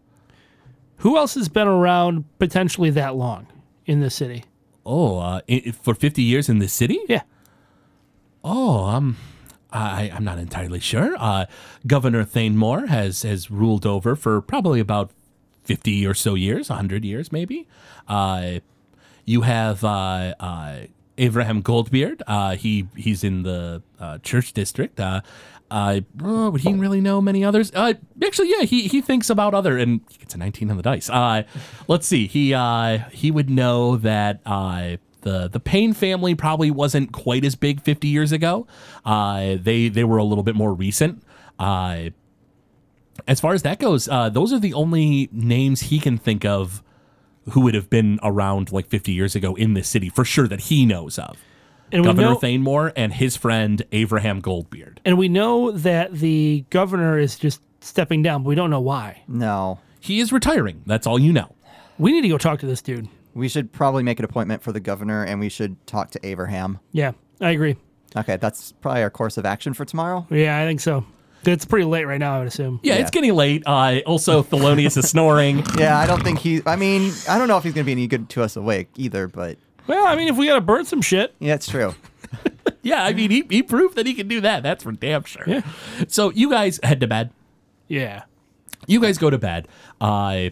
Speaker 4: Who else has been around potentially that long in the city?
Speaker 1: Oh, uh, i- i- for 50 years in this city?
Speaker 4: Yeah.
Speaker 1: Oh, um, I, I'm not entirely sure. Uh, Governor Thane Moore has, has ruled over for probably about 50 or so years, 100 years maybe. Uh, you have uh, uh, Abraham Goldbeard. Uh, he, he's in the uh, church district. Uh, I oh, would he really know many others? Uh, actually, yeah, he, he thinks about other and he gets a 19 on the dice. Uh, let's see. He uh, he would know that uh, the the Payne family probably wasn't quite as big 50 years ago. Uh, they they were a little bit more recent. Uh, as far as that goes, uh, those are the only names he can think of who would have been around like 50 years ago in this city for sure that he knows of.
Speaker 4: And we
Speaker 1: Governor
Speaker 4: know,
Speaker 1: Thane Moore and his friend Abraham Goldbeard.
Speaker 4: and we know that the governor is just stepping down, but we don't know why.
Speaker 3: No.
Speaker 1: He is retiring. That's all you know.
Speaker 4: We need to go talk to this dude.
Speaker 3: We should probably make an appointment for the governor and we should talk to Abraham.
Speaker 4: Yeah, I agree.
Speaker 3: Okay, that's probably our course of action for tomorrow.
Speaker 4: Yeah, I think so. It's pretty late right now, I would assume.
Speaker 1: Yeah, it's getting late. Uh, also, Thelonious is snoring.
Speaker 3: Yeah, I don't think he. I mean, I don't know if he's gonna be any good to us awake either. But
Speaker 4: Well, I mean, if we gotta burn some shit,
Speaker 3: yeah, it's true.
Speaker 1: Yeah, I mean, he, he proved that he can do that. That's for damn sure.
Speaker 4: Yeah.
Speaker 1: So you guys head to bed.
Speaker 4: yeah.
Speaker 1: You guys go to bed. Uh,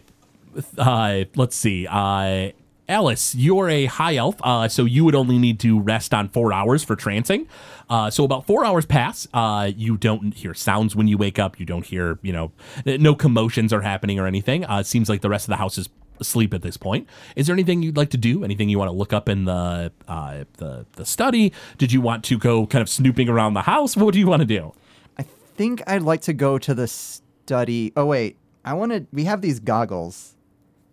Speaker 1: uh, let's see. Uh, Alice, you're a high elf, uh, so you would only need to rest on four hours for trancing. Uh, so about four hours pass. Uh, you don't hear sounds when you wake up. You don't hear, you know, no commotions are happening or anything. Uh, it seems like the rest of the house is asleep at this point. Is there anything you'd like to do? Anything you want to look up in the uh, the the study? Did you want to go kind of snooping around the house? What do you want to do?
Speaker 3: I think I'd like to go to the study. Oh wait, I want to. We have these goggles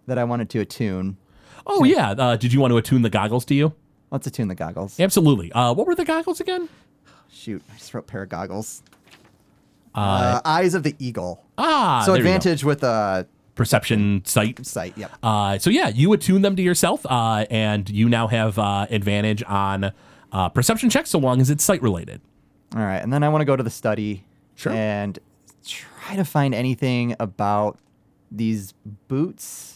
Speaker 3: that I wanted to attune.
Speaker 1: Oh yeah. Uh, did you want to attune the goggles to you?
Speaker 3: Let's attune the goggles.
Speaker 1: Absolutely. Uh, what were the goggles again?
Speaker 3: Shoot, I just wrote pair of goggles. Uh, eyes of the eagle.
Speaker 1: Ah,
Speaker 3: so
Speaker 1: there you go.
Speaker 3: advantage with uh,
Speaker 1: perception sight.
Speaker 3: sight. Yep.
Speaker 1: Uh, so yeah, you attune them to yourself, uh, and you now have uh, advantage on uh, perception checks so long as it's sight related.
Speaker 3: All right, and then I want to go to the study
Speaker 1: Sure.
Speaker 3: and try to find anything about these boots.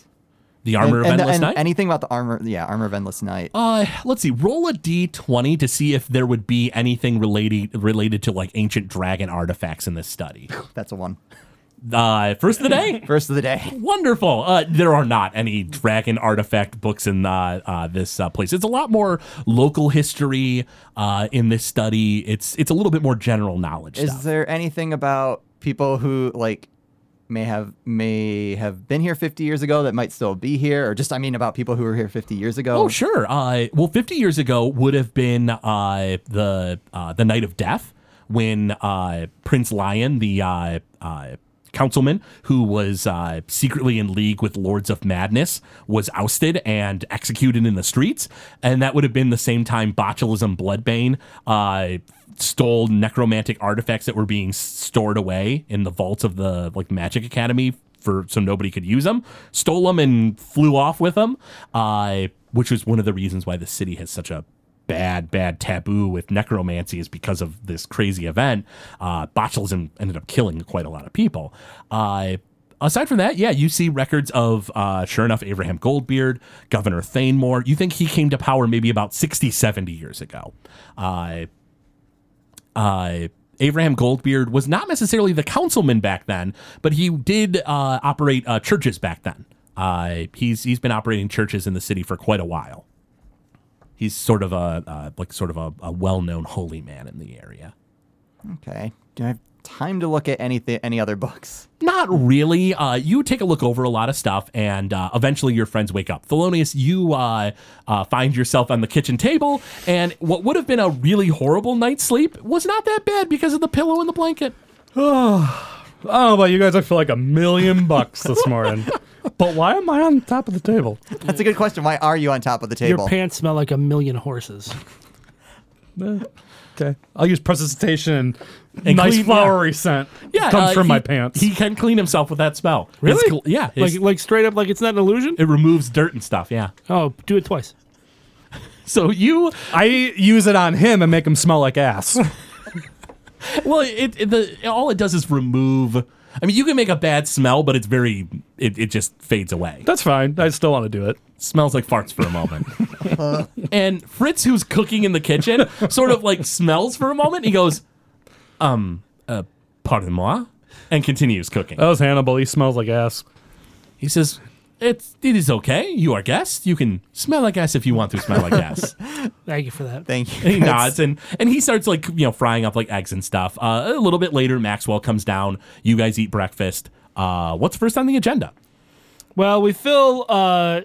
Speaker 1: The armor of
Speaker 3: and, and-
Speaker 1: endless
Speaker 3: and
Speaker 1: night.
Speaker 3: Anything about the armor? Yeah, armor of endless night.
Speaker 1: uh, let's see. Roll a d20 to see if there would be anything related related to like ancient dragon artifacts in this study.
Speaker 3: That's a one.
Speaker 1: Uh, first of the day.
Speaker 3: First of the day.
Speaker 1: Wonderful. Uh, there are not any dragon artifact books in uh, uh, this uh, place. It's a lot more local history uh, in this study. It's it's a little bit more general knowledge
Speaker 3: Is
Speaker 1: stuff.
Speaker 3: there anything about people who like may have may have been here 50 years ago that might still be here, or just I mean about people who were here 50 years ago?
Speaker 1: Oh sure. Uh, well, 50 years ago would have been uh, the uh, the night of death when uh, Prince Lion, the uh, uh, councilman who was uh, secretly in league with Lords of Madness, was ousted and executed in the streets, and that would have been the same time botulism Bloodbane. Uh, stole necromantic artifacts that were being stored away in the vaults of the like magic academy for so nobody could use them, stole them and flew off with them, uh, which was one of the reasons why the city has such a bad, bad taboo with necromancy is because of this crazy event. Uh, botulism ended up killing quite a lot of people. Uh, aside from that, yeah, you see records of, uh, sure enough, Abraham Goldbeard, Governor Thanemore. You think he came to power maybe about 60, 70 years ago. Uh, uh, Abraham Goldbeard was not necessarily the councilman back then, but he did uh, operate uh, churches back then. Uh, he's he's been operating churches in the city for quite a while. He's sort of a uh, like sort of a, a well known holy man in the area.
Speaker 3: Okay. Do I have time to look at anything? Any other books?
Speaker 1: Not really. Uh, you take a look over a lot of stuff, and uh, eventually your friends wake up. Thelonious, you uh, uh, find yourself on the kitchen table, and what would have been a really horrible night's sleep was not that bad because of the pillow and the blanket.
Speaker 5: I don't know about Oh, you guys. I feel like a million bucks this morning. But why am I on top of the table?
Speaker 3: That's
Speaker 1: Mm.
Speaker 3: a good question. Why are you on top of the
Speaker 4: Your
Speaker 3: table?
Speaker 4: pants smell like a million horses.
Speaker 5: Eh, okay, I'll use precipitation.
Speaker 1: And
Speaker 5: And nice
Speaker 1: clean-
Speaker 5: flowery scent comes
Speaker 1: uh,
Speaker 5: from
Speaker 1: he-
Speaker 5: my pants.
Speaker 1: He can clean himself with that spell. Really? yeah. his-
Speaker 4: Like, like straight up, like it's not an illusion.
Speaker 1: it removes dirt and stuff. Yeah.
Speaker 4: Oh, do it twice.
Speaker 1: So you,
Speaker 5: I use it on him and make him smell like ass.
Speaker 1: well, it, it the all it does is remove. I mean, you can make a bad smell, but it's very. It, it just fades away.
Speaker 5: That's fine. I still want to do it.
Speaker 1: smells like farts for a moment. and Fritz, who's cooking in the kitchen, sort of like smells for a moment. He goes, "Um, uh, pardon moi," and continues cooking.
Speaker 5: That was Hannibal. He smells like ass.
Speaker 1: He says, "It's it is okay. You are guest. You can smell like ass if you want to smell like ass."
Speaker 4: Thank you for that.
Speaker 3: Thank
Speaker 1: And
Speaker 3: you.
Speaker 1: he nods and and he starts like you know frying up like eggs and stuff. Uh, a little bit later, Maxwell comes down. You guys eat breakfast. Uh, what's first on the agenda?
Speaker 4: Well, we fill uh,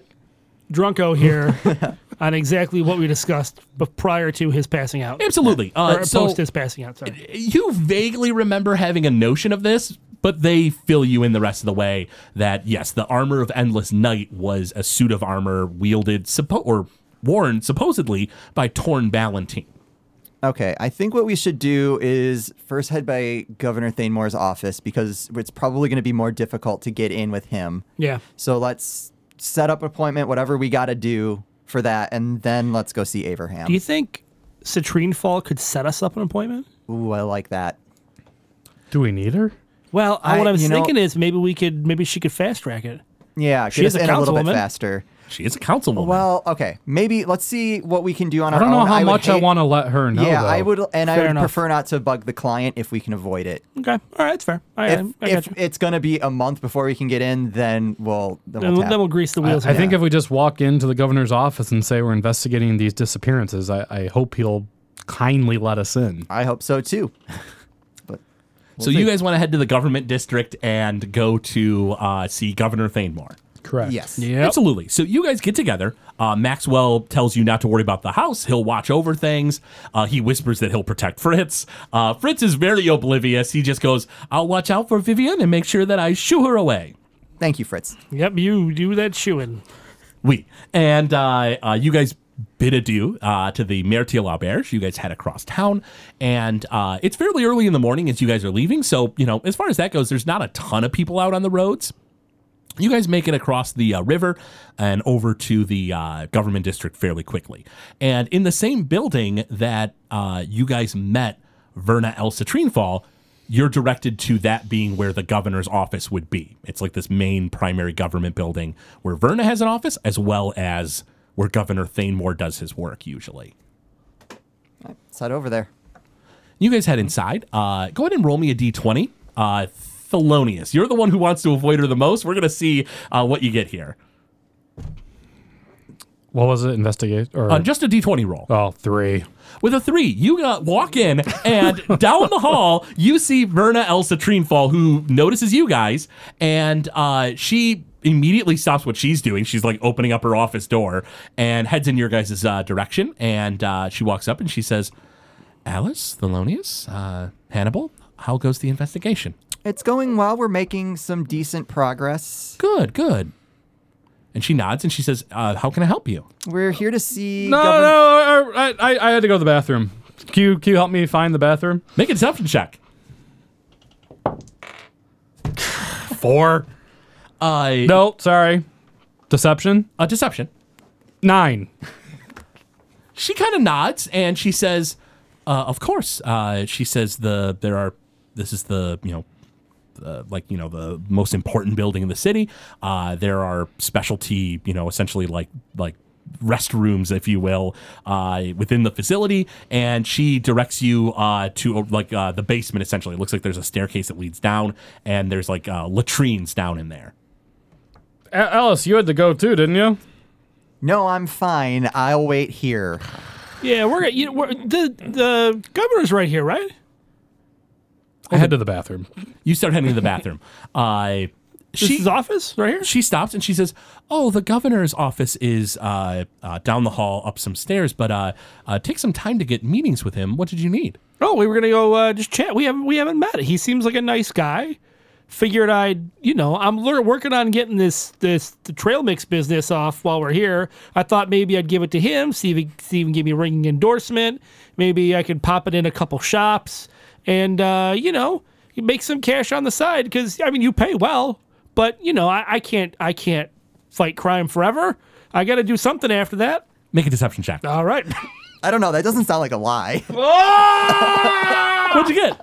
Speaker 4: Drunko here on exactly what we discussed but prior to his passing out.
Speaker 1: Absolutely.
Speaker 4: Or
Speaker 1: Uh, so
Speaker 4: post his passing out. Sorry.
Speaker 1: you vaguely remember having a notion of this, but they fill you in the rest of the way that yes, the armor of endless night was a suit of armor wielded suppo- or worn supposedly by Torn Valentine.
Speaker 3: Okay, I think what we should do is first head by Governor Thanemore's office because it's probably going to be more difficult to get in with him.
Speaker 4: Yeah.
Speaker 3: So let's set up appointment, whatever we got to do for that, and then let's go see Abraham.
Speaker 4: Do you think Citrine Fall could set us up an appointment?
Speaker 3: Ooh, I like that.
Speaker 5: Do we need her?
Speaker 4: Well,
Speaker 3: I-
Speaker 4: what I was
Speaker 3: you know-
Speaker 4: thinking is maybe we could, maybe she could fast track it.
Speaker 3: Yeah,
Speaker 4: She
Speaker 3: get
Speaker 4: is
Speaker 3: us
Speaker 4: a
Speaker 3: in a little bit
Speaker 4: councilwoman.
Speaker 3: faster.
Speaker 1: She is a councilwoman.
Speaker 3: Well, okay, maybe let's see what we can do on
Speaker 5: I
Speaker 3: our
Speaker 5: don't know
Speaker 3: own.
Speaker 5: how
Speaker 3: would
Speaker 5: much I
Speaker 3: hate-
Speaker 5: want to let her know.
Speaker 3: Yeah, I
Speaker 5: though.
Speaker 3: would, and I
Speaker 4: Fair
Speaker 3: would
Speaker 4: enough.
Speaker 3: prefer not to bug the client if we can avoid it.
Speaker 4: Okay. All right. That's fair. I,
Speaker 3: If,
Speaker 4: I
Speaker 3: if
Speaker 4: got you.
Speaker 3: it's gonna be a month before we can get in, then we'll then
Speaker 4: Then
Speaker 3: we'll,
Speaker 4: we'll,
Speaker 3: tap.
Speaker 4: then we'll grease the
Speaker 5: I,
Speaker 4: wheels.
Speaker 5: I think if we just walk into the governor's office and say we're investigating these disappearances, I, I hope he'll kindly let us in.
Speaker 3: I hope so too.
Speaker 1: so you guys want to head to the government district and go to uh, see Governor Thanemore.
Speaker 5: Correct.
Speaker 3: Yes.
Speaker 1: Absolutely. So you guys get together. Uh, Maxwell tells you not to worry about the house. He'll watch over things. Uh, he whispers that he'll protect Fritz. Uh, Fritz is very oblivious. He just goes, "I'll watch out for Vivian and make sure that I shoo her away."
Speaker 3: Thank you, Fritz.
Speaker 4: Yep. You do that shoeing.
Speaker 1: We and uh, uh, you guys bid adieu uh, to the Mertia La Berge. You guys head across town, and uh, it's fairly early in the morning as you guys are leaving. So you know, as far as that goes, there's not a ton of people out on the roads. You guys make it across the uh, river and over to the uh, government district fairly quickly. And in the same building that uh, you guys met Verna El Citrinefall, you're directed to that being where the governor's office would be. It's like this main primary government building where Verna has an office, as well as where Governor Thanemore does his work usually.
Speaker 3: Let's head over there.
Speaker 1: You guys head inside. Uh, go ahead and roll me a d20. Uh, Thelonious, you're the one who wants to avoid her the most. We're going to see uh, what you get here.
Speaker 5: What was it? Investigate or
Speaker 1: Uh, just a d20 roll.
Speaker 5: oh three.
Speaker 1: With a three, you uh, walk in, and down the hall, you see Verna Elsa Trinefall, who notices you guys, and uh, she immediately stops what she's doing. She's like opening up her office door and heads in your guys' uh, direction. And uh, she walks up and she says, Alice, Thelonious, uh, Hannibal, how goes the investigation?
Speaker 3: It's going well. We're making some decent progress.
Speaker 1: Good, good. And she nods and she says, uh, How can I help you?
Speaker 3: We're here to see.
Speaker 5: No,
Speaker 3: govern-
Speaker 5: no, I, I, I had to go to the bathroom. Can you, can you help me find the bathroom?
Speaker 1: Make a deception check.
Speaker 5: Four.
Speaker 1: Uh,
Speaker 5: No, sorry. Deception? Uh,
Speaker 1: A deception.
Speaker 5: Nine.
Speaker 1: she kind of nods and she says, uh, "Of course." Uh, she says, "The there are this is the you know." Uh, like you know the most important building in the city uh, there are specialty you know essentially like like restrooms if you will uh, within the facility and she directs you uh, to uh, like uh, the basement essentially it looks like there's a staircase that leads down and there's like uh, latrines down in there
Speaker 5: A- Alice, you had to go too, didn't you?
Speaker 3: no, I'm fine. I'll wait here.
Speaker 4: Yeah, we're, gonna- you know, we're the the governor's right here, right?
Speaker 5: I head to the bathroom.
Speaker 1: you start heading to the bathroom uh,
Speaker 4: This
Speaker 1: she,
Speaker 4: is office right here.
Speaker 1: she stops and she says, "Oh, the governor's office is uh, uh, down the hall, up some stairs. But uh, uh, take some time to get meetings with him. What did you need?
Speaker 4: Oh, we were gonna go uh, just chat. We haven't we haven't met. He seems like a nice guy. Figured I'd you know I'm lear- working on getting this this the trail mix business off while we're here. I thought maybe I'd give it to him, see if he see if he can give me a ringing endorsement. Maybe I could pop it in a couple shops and uh, you know make some cash on the side because I mean you pay well, but you know I, I can't I can't fight crime forever. I got to do something after that.
Speaker 1: Make a deception check.
Speaker 4: All right.
Speaker 3: I don't know. That doesn't sound like a lie.
Speaker 1: What'd you get?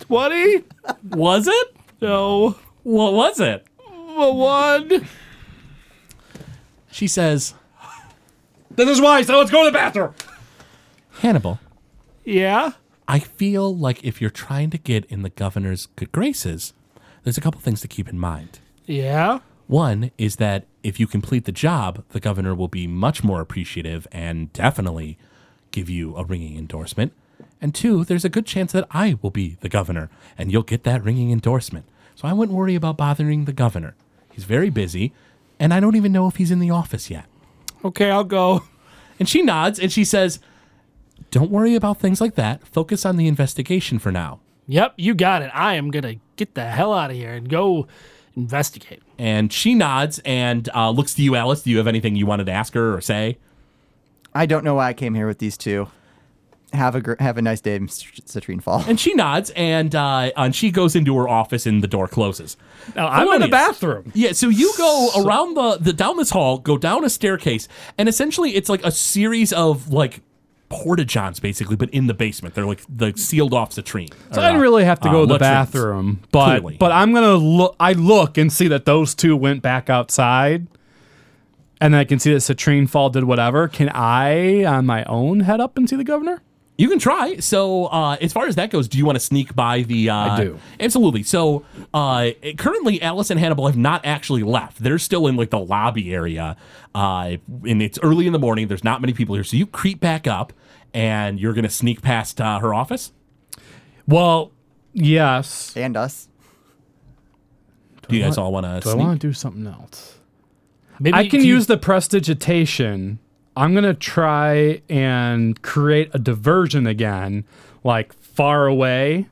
Speaker 4: Twenty?
Speaker 1: Was it?
Speaker 4: No.
Speaker 1: What was it?"
Speaker 4: A one.
Speaker 1: She says,
Speaker 5: This is why, so let's go to the bathroom.
Speaker 1: "Hannibal,
Speaker 4: Yeah.
Speaker 1: I feel like if you're trying to get in the governor's good graces, there's a couple things to keep in mind.
Speaker 4: Yeah.
Speaker 1: One is that if you complete the job, the governor will be much more appreciative and definitely give you a ringing endorsement. And two, there's a good chance that I will be the governor and you'll get that ringing endorsement. So I wouldn't worry about bothering the governor. He's very busy, and I don't even know if he's in the office yet.
Speaker 4: Okay, I'll go.
Speaker 1: And she nods and she says, Don't worry about things like that. Focus on the investigation for now.
Speaker 4: Yep, you got it. I am gonna get the hell out of here and go investigate.
Speaker 1: And she nods and uh, looks to you, Alice. Do you have anything you wanted to ask her or say?
Speaker 3: I don't know why I came here with these two. Have a gr- have a nice day, Mr. Citrine Fall.
Speaker 1: And she nods, and uh, and she goes into her office, and the door closes.
Speaker 5: Now, I'm in the
Speaker 1: Thelonious.
Speaker 5: bathroom.
Speaker 1: Yeah, so you go around the, the down this hall, go down a staircase, and essentially it's like a series of like porta johns basically, but in the basement. They're like the sealed off latrine.
Speaker 5: So
Speaker 1: or,
Speaker 5: I didn't
Speaker 1: uh,
Speaker 5: really have to
Speaker 1: uh,
Speaker 5: go to the
Speaker 1: latrines.
Speaker 5: bathroom, but
Speaker 1: Clearly.
Speaker 5: but I'm gonna look. I look and see that those two went back outside, and then I can see that Citrine Fall did whatever. Can I on my own head up and see the governor?
Speaker 1: You can try. So, uh, as far as that goes, do you want to sneak by the? Uh, I
Speaker 5: do.
Speaker 1: Absolutely. So, uh, it- currently, Alice and Hannibal have not actually left. They're still in like the lobby area, uh, and it's early in the morning. There's not many people here, so you creep back up, and you're gonna sneak past uh, her office.
Speaker 5: Well, yes.
Speaker 3: And us.
Speaker 1: Do you guys all want to?
Speaker 5: Do I
Speaker 1: sneak?
Speaker 5: want to do something else?
Speaker 4: Maybe
Speaker 5: I can
Speaker 4: you-
Speaker 5: use the prestidigitation. I'm gonna try and create a diversion again, like far away.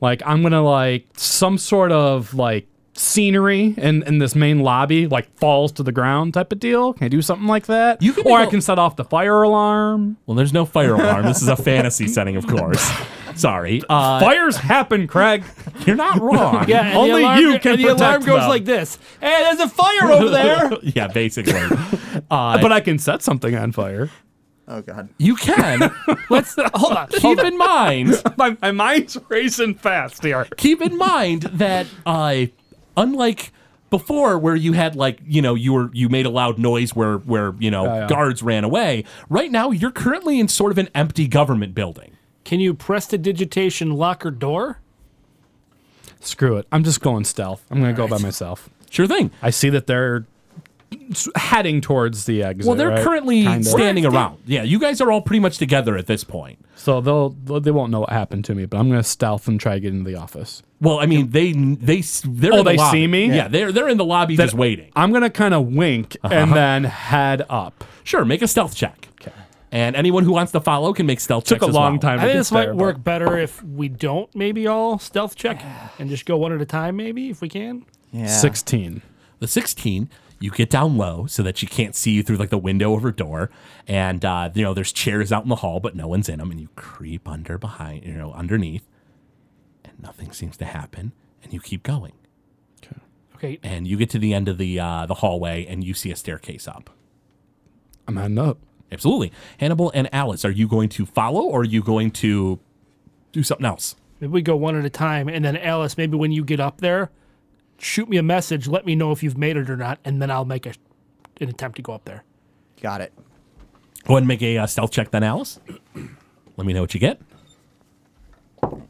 Speaker 5: Like I'm gonna like some sort of like scenery in, in this main lobby like falls to the ground type of deal. Can I do something like that?
Speaker 1: You can
Speaker 5: or I
Speaker 1: go-
Speaker 5: can set off the fire alarm.
Speaker 1: Well, there's no fire alarm. this is a fantasy setting, of course. Sorry. Uh,
Speaker 5: Fires happen, Craig.
Speaker 1: you're not wrong.
Speaker 4: Yeah, and the
Speaker 5: Only
Speaker 4: alarm-
Speaker 5: you can
Speaker 4: and the alarm
Speaker 5: protect
Speaker 4: goes
Speaker 5: them.
Speaker 4: like this. Hey, there's a fire over there.
Speaker 1: yeah, basically.
Speaker 5: but I can set something on fire.
Speaker 3: Oh God.
Speaker 1: You can.
Speaker 4: Let's hold on.
Speaker 1: Keep in mind
Speaker 5: My, my mind's racing fast here.
Speaker 1: keep in mind that uh, unlike before where you had like you know you were you made a loud noise where where you know
Speaker 5: yeah.
Speaker 1: guards ran away right now you're currently in sort of an empty government building
Speaker 4: Can you press the digitation locker door?
Speaker 5: Screw it. I'm just going stealth. I'm gonna go by myself.
Speaker 1: sure thing
Speaker 5: I see that they're s- heading towards the exit.
Speaker 1: well they're
Speaker 5: right?
Speaker 1: currently
Speaker 5: Kinda.
Speaker 1: standing around yeah you guys are all pretty much together at this point
Speaker 5: so they'll they won't know what happened to me, but I'm gonna stealth and try to get into the office.
Speaker 1: well i mean they they s- they're
Speaker 5: Oh,
Speaker 1: in the
Speaker 5: they
Speaker 1: lobby.
Speaker 5: see me?
Speaker 1: yeah, they're they're in the lobby just waiting
Speaker 5: I'm gonna kind of wink and then head up.
Speaker 1: sure make a stealth check okay and anyone who wants to follow can make stealth
Speaker 5: Took
Speaker 1: checks
Speaker 5: a
Speaker 1: as
Speaker 5: long
Speaker 1: well.
Speaker 5: time.
Speaker 4: I
Speaker 5: to
Speaker 4: think
Speaker 5: get
Speaker 4: this might
Speaker 5: there,
Speaker 4: work better if we don't maybe all stealth check and just go one at a time, maybe if we can.
Speaker 3: Yeah.
Speaker 5: but Sixteen.
Speaker 1: the 16 you get down low so that she can't see you through like the window of her door and uh, you know there's chairs out in the hall but no one's in them and you creep under behind you know underneath and nothing seems to happen and you keep going
Speaker 4: Okay.
Speaker 1: and you get to the end of the uh, the hallway and you see a staircase up
Speaker 5: I'm heading up.
Speaker 1: absolutely hannibal and alice are you going to follow or are you going to do something else
Speaker 4: Maybe we go one at a time and then Alice, maybe when you get up there, shoot me a message, let me know if you've made it or not, and then I'll make a an attempt to go up there.
Speaker 3: Got it.
Speaker 1: go ahead and make a uh, stealth check then alice let me know what you get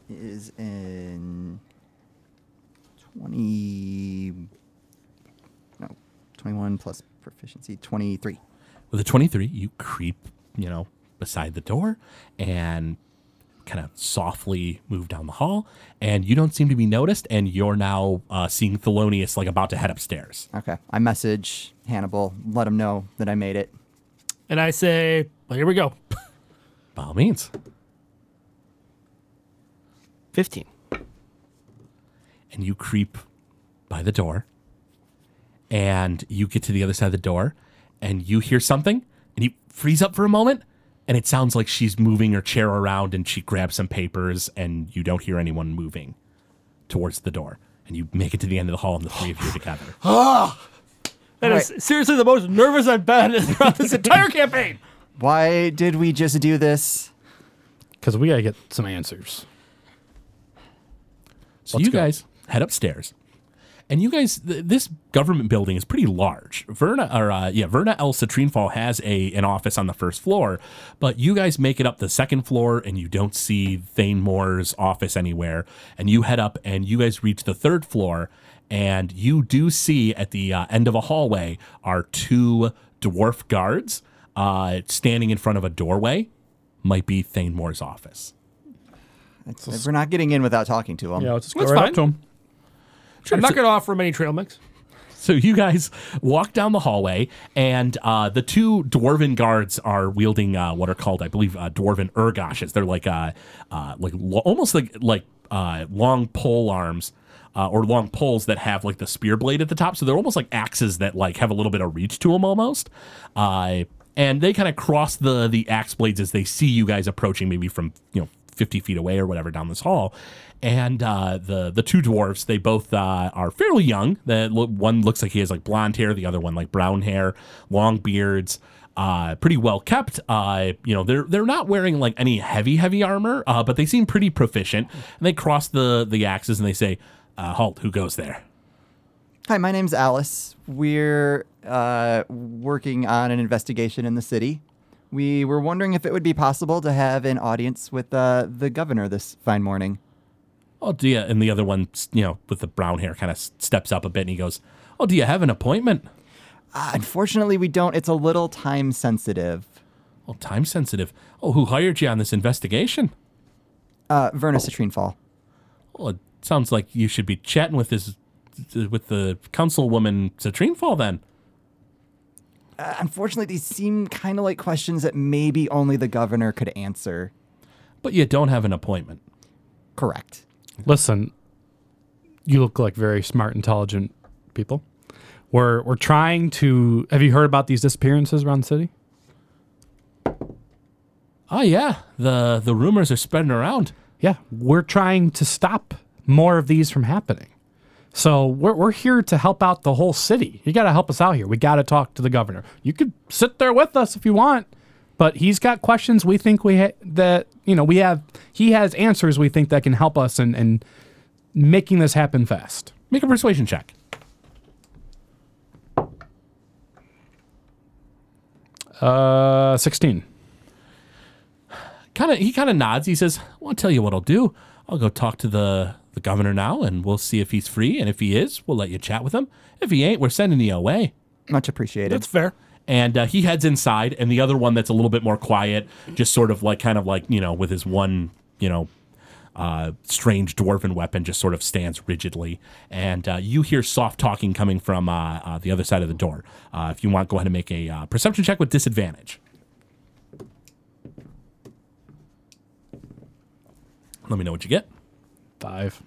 Speaker 3: Is in twenty. No, twenty-one plus proficiency twenty-three.
Speaker 1: With a 23, you creep, you know, beside the door and kind of softly move down the hall. And you don't seem to be noticed. And you're now uh, seeing Thelonious like about to head upstairs.
Speaker 3: Okay. I message Hannibal, let him know that I made it.
Speaker 4: And I say, well, here we go.
Speaker 1: By all means.
Speaker 4: 15.
Speaker 1: And you creep by the door. And you get to the other side of the door and you hear something and you freeze up for a moment. And it sounds like she's moving her chair around and she grabs some papers and you don't hear anyone moving towards the door. And you make it to the end of the hall and the three of you are together.
Speaker 4: That is seriously the most nervous I've been throughout this entire campaign.
Speaker 3: Why did we just do this?
Speaker 5: Because we gotta get some answers.
Speaker 1: So
Speaker 5: Let's
Speaker 1: you
Speaker 5: go.
Speaker 1: guys head upstairs, and you guys, th- this government building is pretty large. Verna, or uh, yeah, Verna El Citrinefall has a an office on the first floor, but you guys make it up the second floor, and you don't see Thane Moore's office anywhere. And you head up, and you guys reach the third floor, and you do see at the uh, end of a hallway are two dwarf guards uh, standing in front of a doorway. Might be Thane Moore's office.
Speaker 3: It's- we're not getting in without talking to him.
Speaker 5: Yeah, let's just go
Speaker 4: That's
Speaker 5: right
Speaker 4: fine.
Speaker 5: up to him.
Speaker 4: I'm not going to offer him any trail mix.
Speaker 1: So you guys walk down the hallway, and uh, the two dwarven guards are wielding uh, what are called, I believe, uh, dwarven ergoshes. They're like uh, uh, like lo- almost like like uh, long pole arms. Uh, or long poles that have like the spear blade at the top, so they're almost like axes that like have a little bit of reach to them almost. Uh, and they kind of cross the the axe blades as they see you guys approaching, maybe from you know 50 feet away or whatever down this hall. And uh, the the two dwarves, they both uh, are fairly young. The lo- one looks like he has like blonde hair, the other one like brown hair, long beards. uh, pretty well kept. Uh, you know, they're they're not wearing like any heavy heavy armor, uh, but they seem pretty proficient. And they cross the the axes and they say, uh, "Halt! Who goes there?"
Speaker 3: Hi, my name's Alice. We're uh, working on an investigation in the city. We were wondering if it would be possible to have an audience with uh, the governor this fine morning.
Speaker 1: Oh, do you? And the other one, you know, with the brown hair, kind of steps up a bit and he goes, "Oh, do you have an appointment?"
Speaker 3: Uh, unfortunately, we don't. It's a little time sensitive.
Speaker 1: Well, time sensitive. Oh, who hired you on this investigation?
Speaker 3: Uh, Vernus Satrinefall.
Speaker 1: Well, it sounds like you should be chatting with this, with the councilwoman Satrinefall then.
Speaker 3: Uh, unfortunately, these seem kind of like questions that maybe only the governor could answer.
Speaker 1: But you don't have an appointment.
Speaker 3: Correct.
Speaker 5: Listen, you look like very smart, intelligent people. We're we're trying to. Have you heard about these disappearances around the city?
Speaker 1: Oh yeah, the the rumors are spreading around.
Speaker 5: Yeah, we're trying to stop more of these from happening. So we're we're here to help out the whole city. You got to help us out here. We got to talk to the governor. You could sit there with us if you want, but he's got questions we think we ha- that you know we have. He has answers we think that can help us and and making this happen fast.
Speaker 1: Make a persuasion check.
Speaker 5: Uh, sixteen.
Speaker 1: Kind of, he kind of nods. He says, "Well, I'll tell you what I'll do. I'll go talk to the the governor now, and we'll see if he's free. And if he is, we'll let you chat with him. If he ain't, we're sending you away."
Speaker 3: Much appreciated.
Speaker 4: That's fair.
Speaker 1: And uh, he heads inside, and the other one that's a little bit more quiet, just sort of like, kind of like, you know, with his one, you know, uh, strange dwarven weapon, just sort of stands rigidly. And uh, you hear soft talking coming from uh, uh, the other side of the door. Uh, if you want, go ahead and make a uh, perception check with disadvantage. Let me know what you get.
Speaker 5: Five.